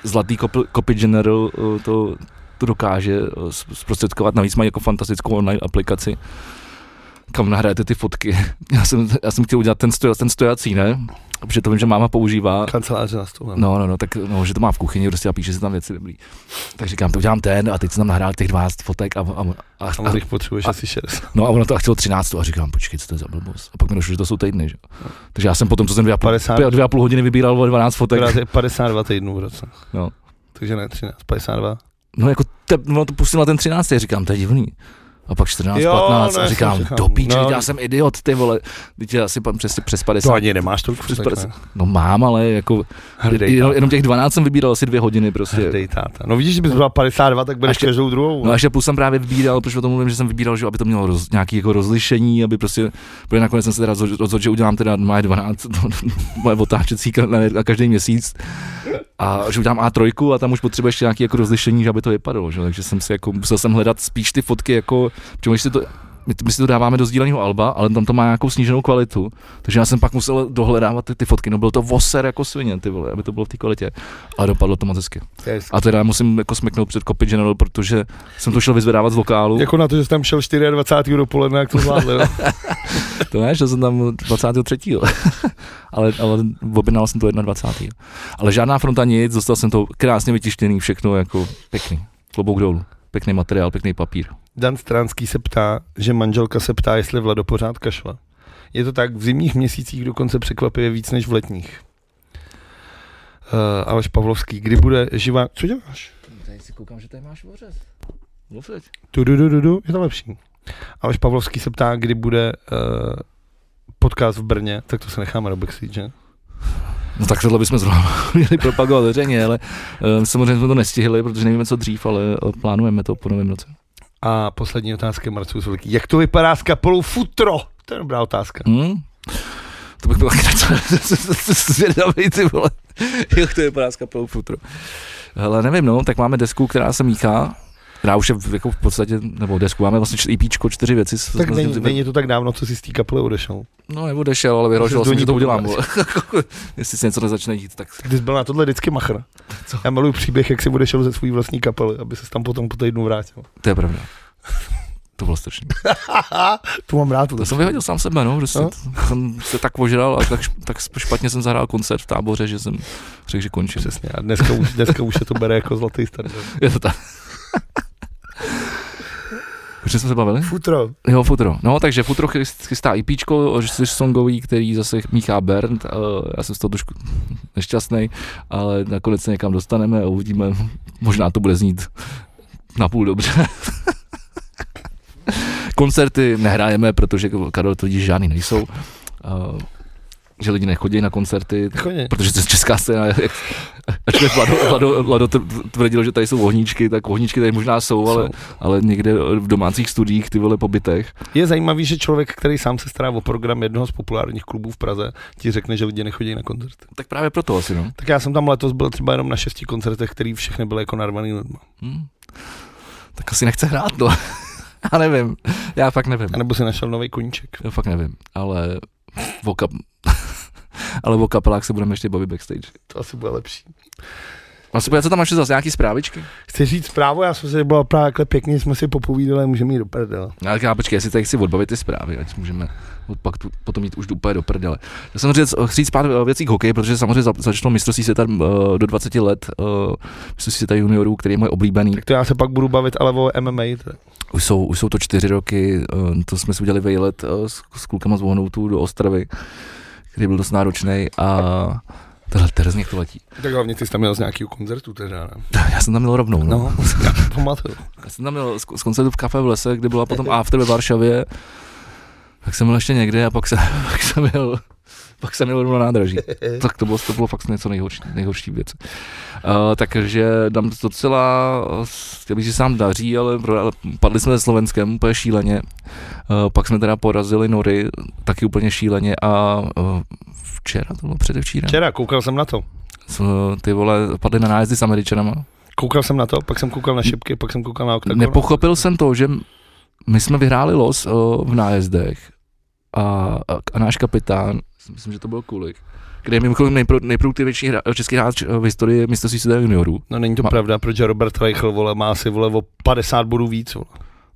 Speaker 1: zlatý kopi, copy general eh, to, to dokáže eh, z- zprostředkovat. Navíc mají jako fantastickou online aplikaci, kam nahrajete ty fotky. <laughs> Já jsem, já jsem chtěl udělat ten, stoja, ten stojací, ne? Protože to vím, že máma používá.
Speaker 2: Kanceláře na stole.
Speaker 1: No, no, no, tak no, že to má v kuchyni prostě a píše si tam věci dobrý. Tak říkám, to udělám ten a teď jsem tam nahrál těch 12 fotek a, a, a,
Speaker 2: A
Speaker 1: a,
Speaker 2: on jich potřebuješ
Speaker 1: <laughs>
Speaker 2: asi 60.
Speaker 1: no a ono to a chtělo 13 a říkám, počkej, co to je za blbost. A pak mi došlo, že to jsou týdny, že? jo. Takže já jsem potom, co jsem dvě a půl,
Speaker 2: 50.
Speaker 1: dvě- dvě a půl hodiny vybíral o 12 fotek.
Speaker 2: Akorát je 52 týdnů v roce.
Speaker 1: No.
Speaker 2: Takže ne 13, 52.
Speaker 1: No jako te, no, to pustím na ten 13, já říkám, to je divný. A pak 14,
Speaker 2: Jo,
Speaker 1: 15
Speaker 2: ne,
Speaker 1: a říkám,
Speaker 2: jsem si-
Speaker 1: do píče,
Speaker 2: no.
Speaker 1: já jsem idiot, ty vole. Teď já asi pan přes, přes 50.
Speaker 2: To ani nemáš tolik
Speaker 1: přes
Speaker 2: fotek,
Speaker 1: 50.
Speaker 2: ne?
Speaker 1: No mám, ale jako
Speaker 2: Hrdej
Speaker 1: jenom,
Speaker 2: táta.
Speaker 1: jenom těch 12 jsem vybíral asi dvě hodiny prostě.
Speaker 2: Hrdej táta. No vidíš, že bys byla 52, tak bereš
Speaker 1: Ještě-
Speaker 2: každou druhou.
Speaker 1: No a ještě plus jsem právě vybíral, protože o tom mluvím, že jsem vybíral, že aby to mělo roz, nějaký jako rozlišení, aby prostě, protože nakonec jsem se teda rozhodl- rozhodl, že udělám teda moje <laughs> 12, to, moje otáčecí kalendář na každý měsíc a že udělám A3 a tam už potřebuje ještě nějaký jako rozlišení, že aby to vypadalo, že? jo. takže jsem si jako, musel jsem hledat spíš ty fotky jako, protože když si to, my, my si to dáváme do sdíleného alba, ale tam to má nějakou sníženou kvalitu, takže já jsem pak musel dohledávat ty, ty fotky, no byl to voser jako svině, ty vole, aby to bylo v té kvalitě, ale dopadlo to moc hezky.
Speaker 2: To je hezký.
Speaker 1: A teda musím jako smeknout před Copy General, protože jsem to šel vyzvedávat z lokálu.
Speaker 2: Jako na to, že jsi tam šel 24. dopoledne, jak to zvládli, no.
Speaker 1: To ne, šel jsem tam 23. <laughs> ale, ale objednal jsem to 21. Ale žádná fronta nic, dostal jsem to krásně vytištěný, všechno jako pěkný. Klobouk dolů. Pěkný materiál, pěkný papír.
Speaker 2: Dan Stránský se ptá, že manželka se ptá, jestli Vlado pořád kašle. Je to tak, v zimních měsících dokonce překvapivě víc než v letních. Uh, Aleš Pavlovský, kdy bude živá... Co děláš?
Speaker 1: Tady si koukám, že tady máš ořez. Mluv teď.
Speaker 2: Tu, du, du, du, du, je to lepší. Aleš Pavlovský se ptá, kdy bude uh, podcast v Brně, tak to se necháme do backstage, že?
Speaker 1: No tak tohle bychom zrovna <laughs> měli propagovat veřejně, ale um, samozřejmě jsme to nestihli, protože nevíme co dřív, ale eh, plánujeme to po novém roce.
Speaker 2: A poslední otázka Marcus Veliký. Jak to vypadá s kapelou Futro? To je dobrá otázka.
Speaker 1: Hmm? To bych byl taky docela <laughs> zvědavý, ty vole. Jak to vypadá s kapelou Futro. Hele, nevím, no, tak máme desku, která se míchá, která už je v- jako v podstatě, nebo desku, máme vlastně čtyři- EPčko, čtyři věci. s-
Speaker 2: Tak
Speaker 1: s-
Speaker 2: není,
Speaker 1: s-
Speaker 2: není, to tak dávno, co jsi z té kapely odešel.
Speaker 1: No, nebo dešel, ale vyhrožil
Speaker 2: Jsi
Speaker 1: jsem,
Speaker 2: do ní
Speaker 1: že to udělám,
Speaker 2: podíval.
Speaker 1: vole. <laughs> Jestli se něco nezačne dít, tak
Speaker 2: Ty jsi byl na tohle vždycky machr.
Speaker 1: Co?
Speaker 2: Já miluji příběh, jak si odešel ze své vlastní kapely, aby se tam potom po týdnu vrátil.
Speaker 1: to je pravda. To bylo strašný.
Speaker 2: to mám rád. To
Speaker 1: To jsem vyhodil sám sebe, no, prostě
Speaker 2: No.
Speaker 1: jsem se tak ožral a tak, šp- tak špatně jsem zahrál koncert v táboře, že jsem řekl, že končím.
Speaker 2: Přesně. A dneska už, dneska už se to bere jako zlatý standard.
Speaker 1: Je to tak. čem jsme se bavili?
Speaker 2: Futro.
Speaker 1: Jo, Futro. No, takže Futro chyst- chystá E IPčko, čtyřsongový, který zase míchá Bernd. eh, Já jsem z toho trošku nešťastný, ale nakonec se někam dostaneme a uvidíme. Možná to bude znít napůl dobře. Koncerty nehrajeme, protože Karol tvrdí, že žádný nejsou. Eh, Že lidi nechodí na koncerty,
Speaker 2: Chodě.
Speaker 1: protože to je česká scéna, jak, ačkoliv Vlado, Vlado, Vlado tr- tvrdil, že tady jsou ohníčky, tak ohníčky tady možná jsou, ale, ale někde v domácích studiích, ty vole, po bytech.
Speaker 2: Je zajímavý, že člověk, který sám se stará o program jednoho z populárních klubů v Praze, ti řekne, že lidi nechodí na koncerty.
Speaker 1: Tak právě proto asi, no.
Speaker 2: Tak já jsem tam letos byl třeba jenom na šesti koncertech, který všechny byly jako narvaný lidma.
Speaker 1: Hm. Tak asi nechce hrát, no. <laughs> Já nevím, já fakt nevím.
Speaker 2: A nebo si našel nový koníček.
Speaker 1: Já fakt nevím, ale o, kap... <laughs> ale o kapelách se budeme ještě bavit backstage.
Speaker 2: To asi bude lepší.
Speaker 1: A se podívat, co tam máš zase nějaký zprávičky?
Speaker 2: Chci říct zprávu, já jsem se byla právě takhle pěkně, jsme si popovídali, můžeme jít do prdele.
Speaker 1: Já říkám, počkej, jestli tady chci odbavit ty zprávy, ať můžeme od pak tu, potom jít už úplně do prdele. Já samozřejmě c- chci říct pár eh, věcí k hokeji, protože samozřejmě za- začalo mistrovství světa eh, do 20 let, eh, mistrovství světa juniorů, který je můj oblíbený.
Speaker 2: Tak to já se pak budu bavit, ale o MMA. Teda.
Speaker 1: Už jsou, už jsou to čtyři roky, eh, to jsme si udělali vejlet eh, s, s klukama z Vohnoutů do Ostravy, který byl dost náročný a tohle Terezněk to letí.
Speaker 2: Tak hlavně ty jsi tam měl z nějakého koncertu teda,
Speaker 1: <laughs>
Speaker 2: ne?
Speaker 1: Já jsem tam měl rovnou. No. <laughs>
Speaker 2: No, já to pamatuju.
Speaker 1: Já jsem tam měl z, z koncertu v kafe v lese, kde byla potom after ve Varšavě, tak jsem byl ještě někde a pak jsem, <laughs> pak jsem jel pak jsem jel rovnou na nádraží. Tak to bylo, to bylo fakt něco nejhorší, nejhorší věc. Uh, takže dám to docela, eh, chtěl bych, že sám daří, ale, pro- ale padli jsme se Slovenskem úplně šíleně. Uh, pak jsme teda porazili Nory, taky úplně šíleně a uh, včera to bylo předevčírem.
Speaker 2: Včera koukal jsem na to.
Speaker 1: Co, ty vole, padli na nájezdy s Američanama.
Speaker 2: Koukal jsem na to, pak jsem koukal na šipky, pak jsem koukal na oktagon.
Speaker 1: Hm. Nepochopil jsem to, že my jsme vyhráli los o, v nájezdech a, a, a náš kapitán, myslím, že to byl Kulik, kde je mimochodem nejpro, nejproduktivnější hra, český hráč eh, v historii mistrovství světa juniorů.
Speaker 2: No není to
Speaker 1: Ma-
Speaker 2: pravda, protože Robert Reichl, vole, má si, vole, o 50 bodů víc, vole.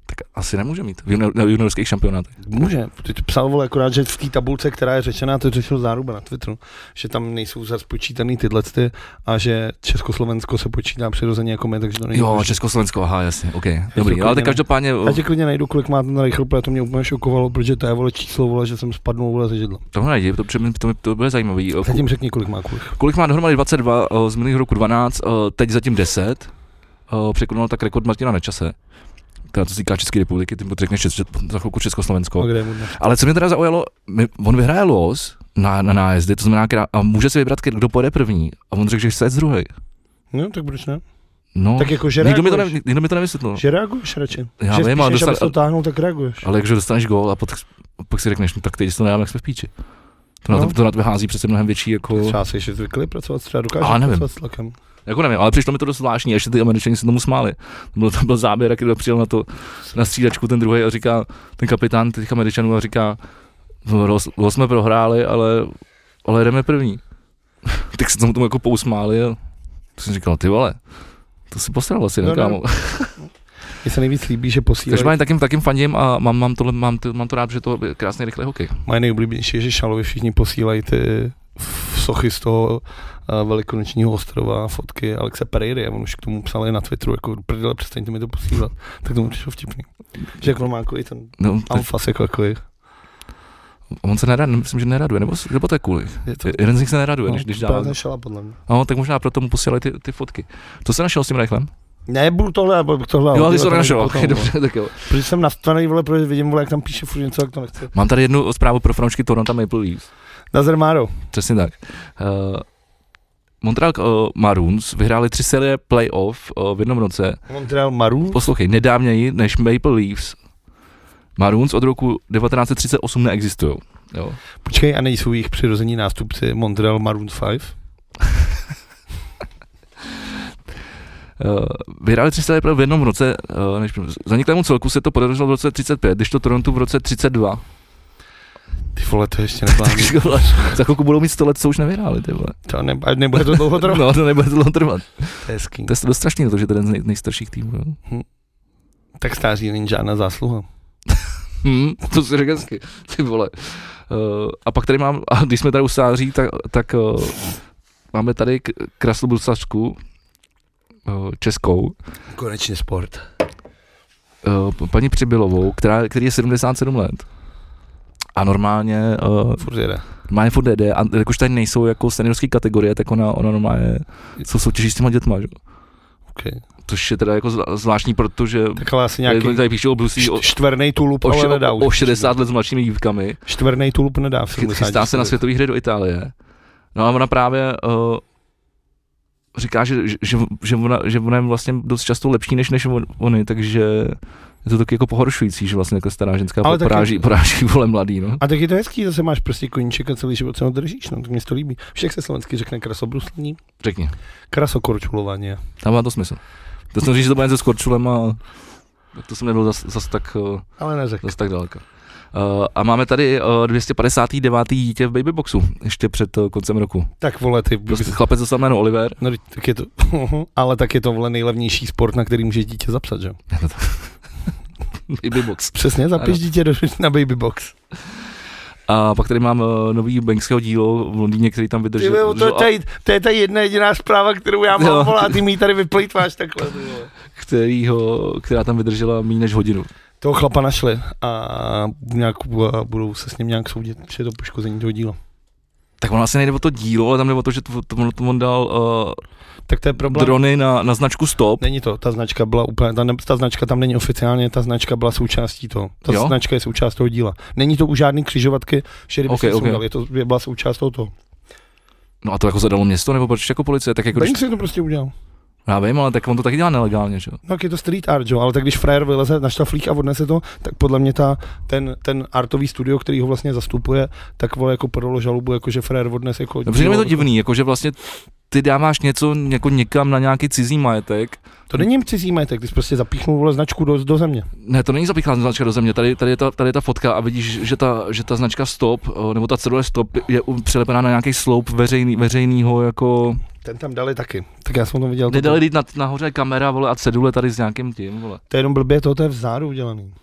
Speaker 1: Tak asi nemůže mít v junior, na juniorských šampionátech.
Speaker 2: Může. Ty to psal, vole, akorát, že v té tabulce, která je řečená, to řešil záruba na Twitteru, že tam nejsou zase počítaný tyhle ty a že Československo se počítá přirozeně jako my, takže to není.
Speaker 1: Jo,
Speaker 2: možné.
Speaker 1: Československo, aha, jasně, OK. Dobrý,
Speaker 2: klidně
Speaker 1: ale
Speaker 2: ne.
Speaker 1: tak každopádně, eh,
Speaker 2: Já tě klidně najdu, kolik má ten Reichl, protože to mě úplně šokovalo, protože to je, vole, číslo, vole, že jsem spadnul, vole, ze židla.
Speaker 1: tohle nejdi, to, to, to, to bude zajímavý. Eh,
Speaker 2: Zatím řekni, kolik má kulich.
Speaker 1: Kolik má dohromady 22, eh, z minulého roku 12, eh, teď zatím 10. eh, Překonal tak rekord Martina Nečase. Teda to se týká České republiky, ty mu řekneš Čes- Čes- za chvilku Československo.
Speaker 2: A kde je on dnes?
Speaker 1: Ale co mě teda zaujalo, my, on vyhraje los na, na nájezdy, to znamená, krá- a může si vybrat, kdo pojede první. A on řekl, že chce jet druhý.
Speaker 2: No, tak proč ne?
Speaker 1: No,
Speaker 2: Tak jako, že
Speaker 1: nikdo, mi to ne,
Speaker 2: reaguješ.
Speaker 1: nikdo mi to nevysvětlil.
Speaker 2: Že reaguješ radši.
Speaker 1: Já
Speaker 2: že
Speaker 1: vím, ale
Speaker 2: spíš, než
Speaker 1: dostal-
Speaker 2: abys to táhnul, tak reaguješ.
Speaker 1: Ale když dostaneš gól a pot, pak si řekneš, no tak teď si to nedám, jak jsme v píči. To, no.
Speaker 2: No.
Speaker 1: na, to, to na tebe hází přece mnohem větší, jako,
Speaker 2: Třeba si ještě zvykli pracovat, třeba dokážeš
Speaker 1: Ale nevím.
Speaker 2: pracovat s tlakem.
Speaker 1: jako nevím, ale přišlo mi to dost zvláštní, ještě ty američani se tomu smáli. Byl, tam byl záběr, jak kdo přijel na, to, na střídačku ten druhý a říká, ten kapitán těch američanů a říká, "No, los, los jsme prohráli, ale, ale jdeme první. <laughs> tak se tomu, tomu jako pousmáli a to jsem říkal, ty vole, to si posral asi, ne,
Speaker 2: No, ne.
Speaker 1: kámo.
Speaker 2: Mně se nejvíc líbí, že posílají.
Speaker 1: Každopádně takým, takým fandím a mám, mám, tohle, mám, to, mám to rád, že to je krásný rychlý hokej.
Speaker 2: Moje nejoblíbenější je, že Šalovi všichni posílají ty f- sochy z toho eh, velikonočního ostrova, fotky Alexe Pereiry a on už k tomu psal i na Twitteru, jako "Do prdele, přestaňte mi to posílat. Tak tomu přišlo vtipný. Že jak on má jako i ten
Speaker 1: No, tak,
Speaker 2: amfas, jako, jako je.
Speaker 1: on se nerad, myslím, že neraduje, nebo, nebo to je kvůli.
Speaker 2: je to,
Speaker 1: Jeden z nich se neraduje,
Speaker 2: no,
Speaker 1: no, když, když
Speaker 2: to právě
Speaker 1: dává.
Speaker 2: ten Šala, podle mě.
Speaker 1: No, tak možná proto mu posílají ty, ty fotky. Co jsi našel s tím Reichlem?
Speaker 2: Ne, budu tohle, budu tohle.
Speaker 1: jo, ty
Speaker 2: ale
Speaker 1: jsi to no.
Speaker 2: tohle
Speaker 1: našel,
Speaker 2: potom,
Speaker 1: okay,
Speaker 2: vole.
Speaker 1: <laughs> dobře, tak jo.
Speaker 2: Protože jsem nastavený, vole, protože vidím, vole, jak tam píše furt něco, jak to nechci.
Speaker 1: Mám tady jednu zprávu pro fanoušky Toronto Maple Leafs.
Speaker 2: Nazar Máro.
Speaker 1: Přesně tak. Uh, Montreal uh, Maroons vyhráli tři série playoff uh, v jednom roce.
Speaker 2: Montreal Maru.
Speaker 1: Poslouchej, nedávněji než Maple Leafs. Maroons od roku 1938 neexistují. Jo.
Speaker 2: Počkej, a nejsou jejich přirození nástupci Montreal Maroon 5?
Speaker 1: Uh, vyhráli tři série playoff v jednom roce. Uh, než zaniklému celku se to podařilo v roce 35, když to Torontu v roce 32.
Speaker 2: Ty vole, to ještě neplánuji.
Speaker 1: <laughs> Takže vole, za chvilku budou mít 100 let, co už nevyhráli. Ty vole.
Speaker 2: To ne, a nebude to dlouho trvat.
Speaker 1: No, to nebude dlouho trvat.
Speaker 2: To je hezký.
Speaker 1: To je dost strašný, protože to je jeden z nej, nejstarších týmů. Jo.
Speaker 2: Tak stáří není žádná zásluha.
Speaker 1: Hmm, to si řekl hezky, ty vole. Uh, a pak tady mám, a když jsme tady u stáří, tak, tak uh, máme tady k- kraslobrusačku uh, českou.
Speaker 2: Konečně sport.
Speaker 1: uh, paní Přibylovou, která, který je 77 let. A normálně, uh,
Speaker 2: Furt jede.
Speaker 1: normálně furt jede, a jakož tady nejsou jako seniorské kategorie, tak ona, ona normálně jsou soutěží s těma dětma, že?
Speaker 2: Okay.
Speaker 1: což je teda jako zvla- zvláštní, protože
Speaker 2: Tak ale asi
Speaker 1: Nějaký...
Speaker 2: nějaký
Speaker 1: tady píšou o Brucey o,
Speaker 2: št- čtvernej tulup,
Speaker 1: o,
Speaker 2: ale
Speaker 1: še-
Speaker 2: nedá.
Speaker 1: o,
Speaker 2: už.
Speaker 1: o 60 let s mladšími dívkami,
Speaker 2: Čtvernej tulup nedá v 70.
Speaker 1: chystá se na světové hry do Itálie. No a ona právě uh, říká, že, že, že, že, ona, že ona je vlastně dost často lepší než, než on- oni, takže je to taky jako pohoršující, že vlastně jako stará ženská
Speaker 2: Ale
Speaker 1: Ale
Speaker 2: taky-
Speaker 1: poráží, poráží vole mladý, no.
Speaker 2: A tak je to hezký, zase máš prostě koníček a celý život se ho držíš, no, tak mě to líbí. Však se slovensky řekne krasobruslení,
Speaker 1: Řekni,
Speaker 2: krasokorčulování.
Speaker 1: tam má to smysl. To jsem říct, že to bude něco s Korčulem a No, to jsem nebyl zase zas tak... Uh,
Speaker 2: Ale neřekl.
Speaker 1: Zase tak daleko. Uh, a máme tady uh, 259. dítě v babyboxu, ještě před uh, koncem roku.
Speaker 2: Tak vole, ty,
Speaker 1: Prostě chlapec se jméno
Speaker 2: <laughs>
Speaker 1: Oliver.
Speaker 2: no, teď- tak je to, ale tak je to vole nejlevnější sport, na který může dítě zapsat, že?
Speaker 1: Babybox.
Speaker 2: Přesně, zapiš
Speaker 1: Ano.
Speaker 2: dítě do, na babybox.
Speaker 1: A pak tady mám uh, nový bankského dílo v Londýně, který tam
Speaker 2: Ty,
Speaker 1: vydržel.
Speaker 2: vole, to,
Speaker 1: držel-
Speaker 2: to, je, to, je ta jedna jediná zpráva, kterou já
Speaker 1: Jo.
Speaker 2: mám, vole, a ty mi ji tady
Speaker 1: <laughs>
Speaker 2: vyplýtváš takhle. ty vole.
Speaker 1: kterýho, která tam vydržela méně než hodinu.
Speaker 2: Toho chlapa našli a, nějak, a budou se s ním nějak soudit, že je to poškození toho díla.
Speaker 1: Tak ono asi nejde o to dílo, ale tam jde o to, že to, to, on- to on dal
Speaker 2: Tak to je
Speaker 1: uh,
Speaker 2: problém.
Speaker 1: drony na, na značku Stop.
Speaker 2: Není to, ta značka byla úplně, ta, ne, ta značka tam není oficiálně, ta značka byla součástí toho. Ta
Speaker 1: Jo?
Speaker 2: jo? značka je součást toho díla. Není to u žádný křižovatky, že kdyby
Speaker 1: Ok,
Speaker 2: okay,
Speaker 1: ok.
Speaker 2: okay. je to je byla součást toho. toho.
Speaker 1: No a to jako zadalo město, nebo proč jako policie? Tak jako, když,
Speaker 2: Bank si to prostě udělal.
Speaker 1: já vím, ale tak on to taky dělá nelegálně, že jo?
Speaker 2: No, tak je to street art, jo, ale tak když frajer vyleze na štaflík a odnese to, tak podle mě ta, ten, ten artový studio, který ho vlastně zastupuje, tak vole jako podalo žalobu, jako že frajer odnese jako...
Speaker 1: No, přijde mi to
Speaker 2: dílo.
Speaker 1: divný, jako že vlastně ty dáváš něco jako někam na nějaký cizí majetek.
Speaker 2: To není cizí majetek, ty jsi prostě zapíchnul vole značku do, do země.
Speaker 1: Ne, to není zapíchá značka do země, tady, tady, je ta, tady je ta fotka a vidíš, že ta, že ta značka stop, eh, nebo ta cedule stop je u- přilepená na nějaký sloup veřejný, veřejnýho, jako...
Speaker 2: Ten tam dali taky. Tak já jsem to viděl. to,
Speaker 1: Nedali jít na, nahoře je kamera, vole, a cedule tady s nějakým tím, vole.
Speaker 2: to je jenom blbě, to, to je vzadu udělaný.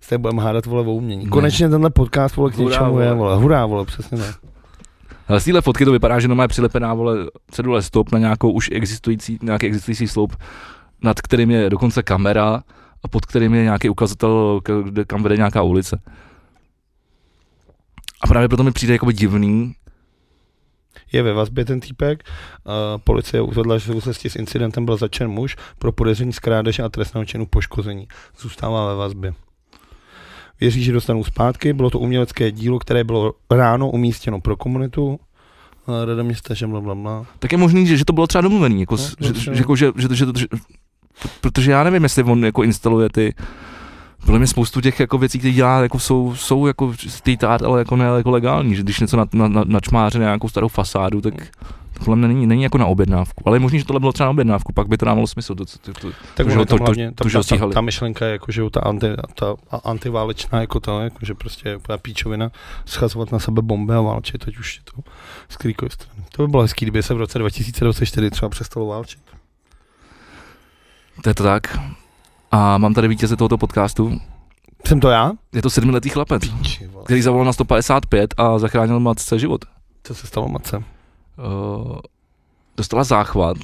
Speaker 2: Se budeme hádat vole o umění.
Speaker 1: Ne.
Speaker 2: Konečně tenhle podcast vole k
Speaker 1: Hurá,
Speaker 2: něčemu
Speaker 1: vole.
Speaker 2: je, vole. Hurá, vole, přesně tak.
Speaker 1: Ale z téhle fotky to vypadá, že normálně je přilepená, vole, cedule stop na nějakou už existující, nějaký existující sloup, nad kterým je dokonce kamera a pod kterým je nějaký ukazatel, k- kde- kam vede nějaká ulice. A právě proto mi přijde jakoby divný,
Speaker 2: Je ve vazbě ten týpek, uh, policie uvedla, že v souvislosti s incidentem byl začen muž pro podezření z krádeže a trestného činu poškození. Zůstává ve vazbě. Věří, že dostanou zpátky, bylo to umělecké dílo, které bylo ráno umístěno pro komunitu, Eh, rada města, že bla, bla, bla.
Speaker 1: tak je možný, že, že to bylo třeba domluvený, jako,
Speaker 2: No,
Speaker 1: s-
Speaker 2: no,
Speaker 1: že,
Speaker 2: třeba.
Speaker 1: že, jako, že, že, že, že, protože já nevím, jestli on jako instaluje ty, podle mě spoustu těch jako věcí, které dělá, jako jsou, jsou jako street art, ale jako ne jako legální, že když něco na, na, na, načmáře na nějakou starou fasádu, tak to podle mě není, není jako na objednávku. Ale je možný, že tohle bylo třeba na objednávku, pak by to dávalo smysl. To, to, to, to,
Speaker 2: Tak
Speaker 1: To, že
Speaker 2: ono
Speaker 1: ho- to-
Speaker 2: tam
Speaker 1: to-
Speaker 2: hlavně,
Speaker 1: to, že ho
Speaker 2: ta, ta,
Speaker 1: stíhali.
Speaker 2: ta, myšlenka je, jako, že jo, ta, anti, ta a- antiválečná, jako ta, jako, že prostě je úplná píčovina schazovat na sebe bomby a válčit, ať už je to z kterýkoliv strany. To by bylo hezký, kdyby se v roce 2024 třeba přestalo válčit.
Speaker 1: to je to tak. A mám tady vítěze tohoto podcastu.
Speaker 2: Jsem to já?
Speaker 1: Je to sedmiletý chlapec,
Speaker 2: Píči, vole.
Speaker 1: který zavolal na 155 a zachránil matce život.
Speaker 2: Co se stalo matce?
Speaker 1: Eh, dostala záchvat.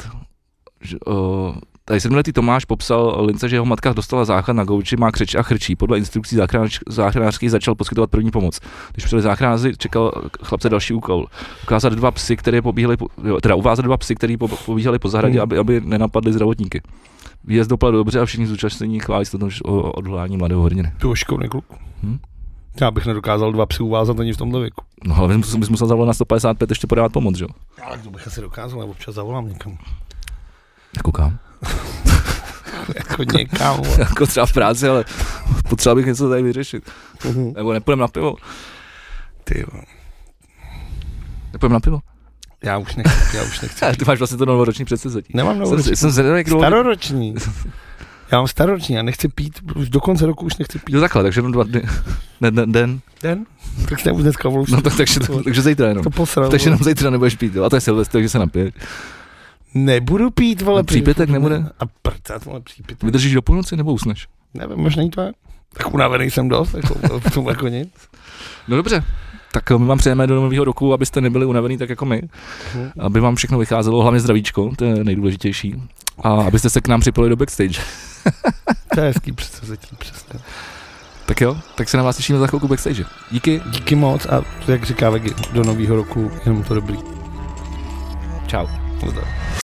Speaker 1: Že, eh, tady sedmiletý Tomáš popsal Lince, že jeho matka dostala záchvat na gauči, má křeč a chrčí. Podle instrukcí záchranář, záchranářských začal poskytovat první pomoc. Když přijeli záchranáři, čekal chlapce další úkol. Ukázat dva psy, které pobíhali, po, jo, teda uvázat dva psy, které po, pobíhali po zahradě,
Speaker 2: Hmm.
Speaker 1: aby, aby nenapadli zdravotníky. Výjezd dopadl dobře a všichni zúčastnění chválí se to odhodlání mladého hrdiny.
Speaker 2: Ty oškovný kluk.
Speaker 1: Hm?
Speaker 2: Já bych nedokázal dva psy uvázat ani v tomhle věku.
Speaker 1: No ale bys, bys musel zavolat na 155 ještě podávat pomoc, že jo?
Speaker 2: Ale to bych asi dokázal, já občas zavolám někam.
Speaker 1: Koukám.
Speaker 2: <laughs> Jako někam.
Speaker 1: <laughs> Jako třeba v práci, ale potřeba bych něco tady vyřešit.
Speaker 2: vole.
Speaker 1: Nebo nepůjdeme na pivo.
Speaker 2: <laughs> Ty, vole.
Speaker 1: Nepůjdeme na pivo.
Speaker 2: já už nechci, já už nechci.
Speaker 1: Ty máš vlastně to novoroční předsevzetí.
Speaker 2: Nemám novou
Speaker 1: Jsem,
Speaker 2: <laughs>
Speaker 1: jsem zvědavý, jak dlouho...
Speaker 2: Staroroční. Já mám staroroční, já nechci pít, už do konce roku už nechci pít.
Speaker 1: Jo takhle, takže jenom dva dny. <laughs> Ne, ne, den.
Speaker 2: Den? Tak jsem už dneska volal.
Speaker 1: No tak, takže, takže zítra jenom.
Speaker 2: to posral.
Speaker 1: Takže jenom zítra nebudeš pít, jo. A to je Silvestr, takže se napiješ.
Speaker 2: no. Nebudu pít, vole.
Speaker 1: A přípitek nebude?
Speaker 2: A prcat, vole, přípitek.
Speaker 1: Vydržíš do půlnoci nebo usneš?
Speaker 2: Nevím, možná jí to je. Tak unavený jsem dost, jako, v tom jako nic.
Speaker 1: No dobře. Tak eh, my vám přejeme do nového roku, abyste nebyli unavený tak jako my.
Speaker 2: Hm.
Speaker 1: Aby vám všechno vycházelo, hlavně zdravíčko, to je nejdůležitější. A abyste se k nám připojili do backstage.
Speaker 2: To je hezký představitelný přesně.
Speaker 1: Tak jo, tak se na vás těšíme za chvilku backstage. Díky,
Speaker 2: Díky moc a jak říká Vegi, do nového roku jenom to dobrý.
Speaker 1: čau.
Speaker 2: Nazdar.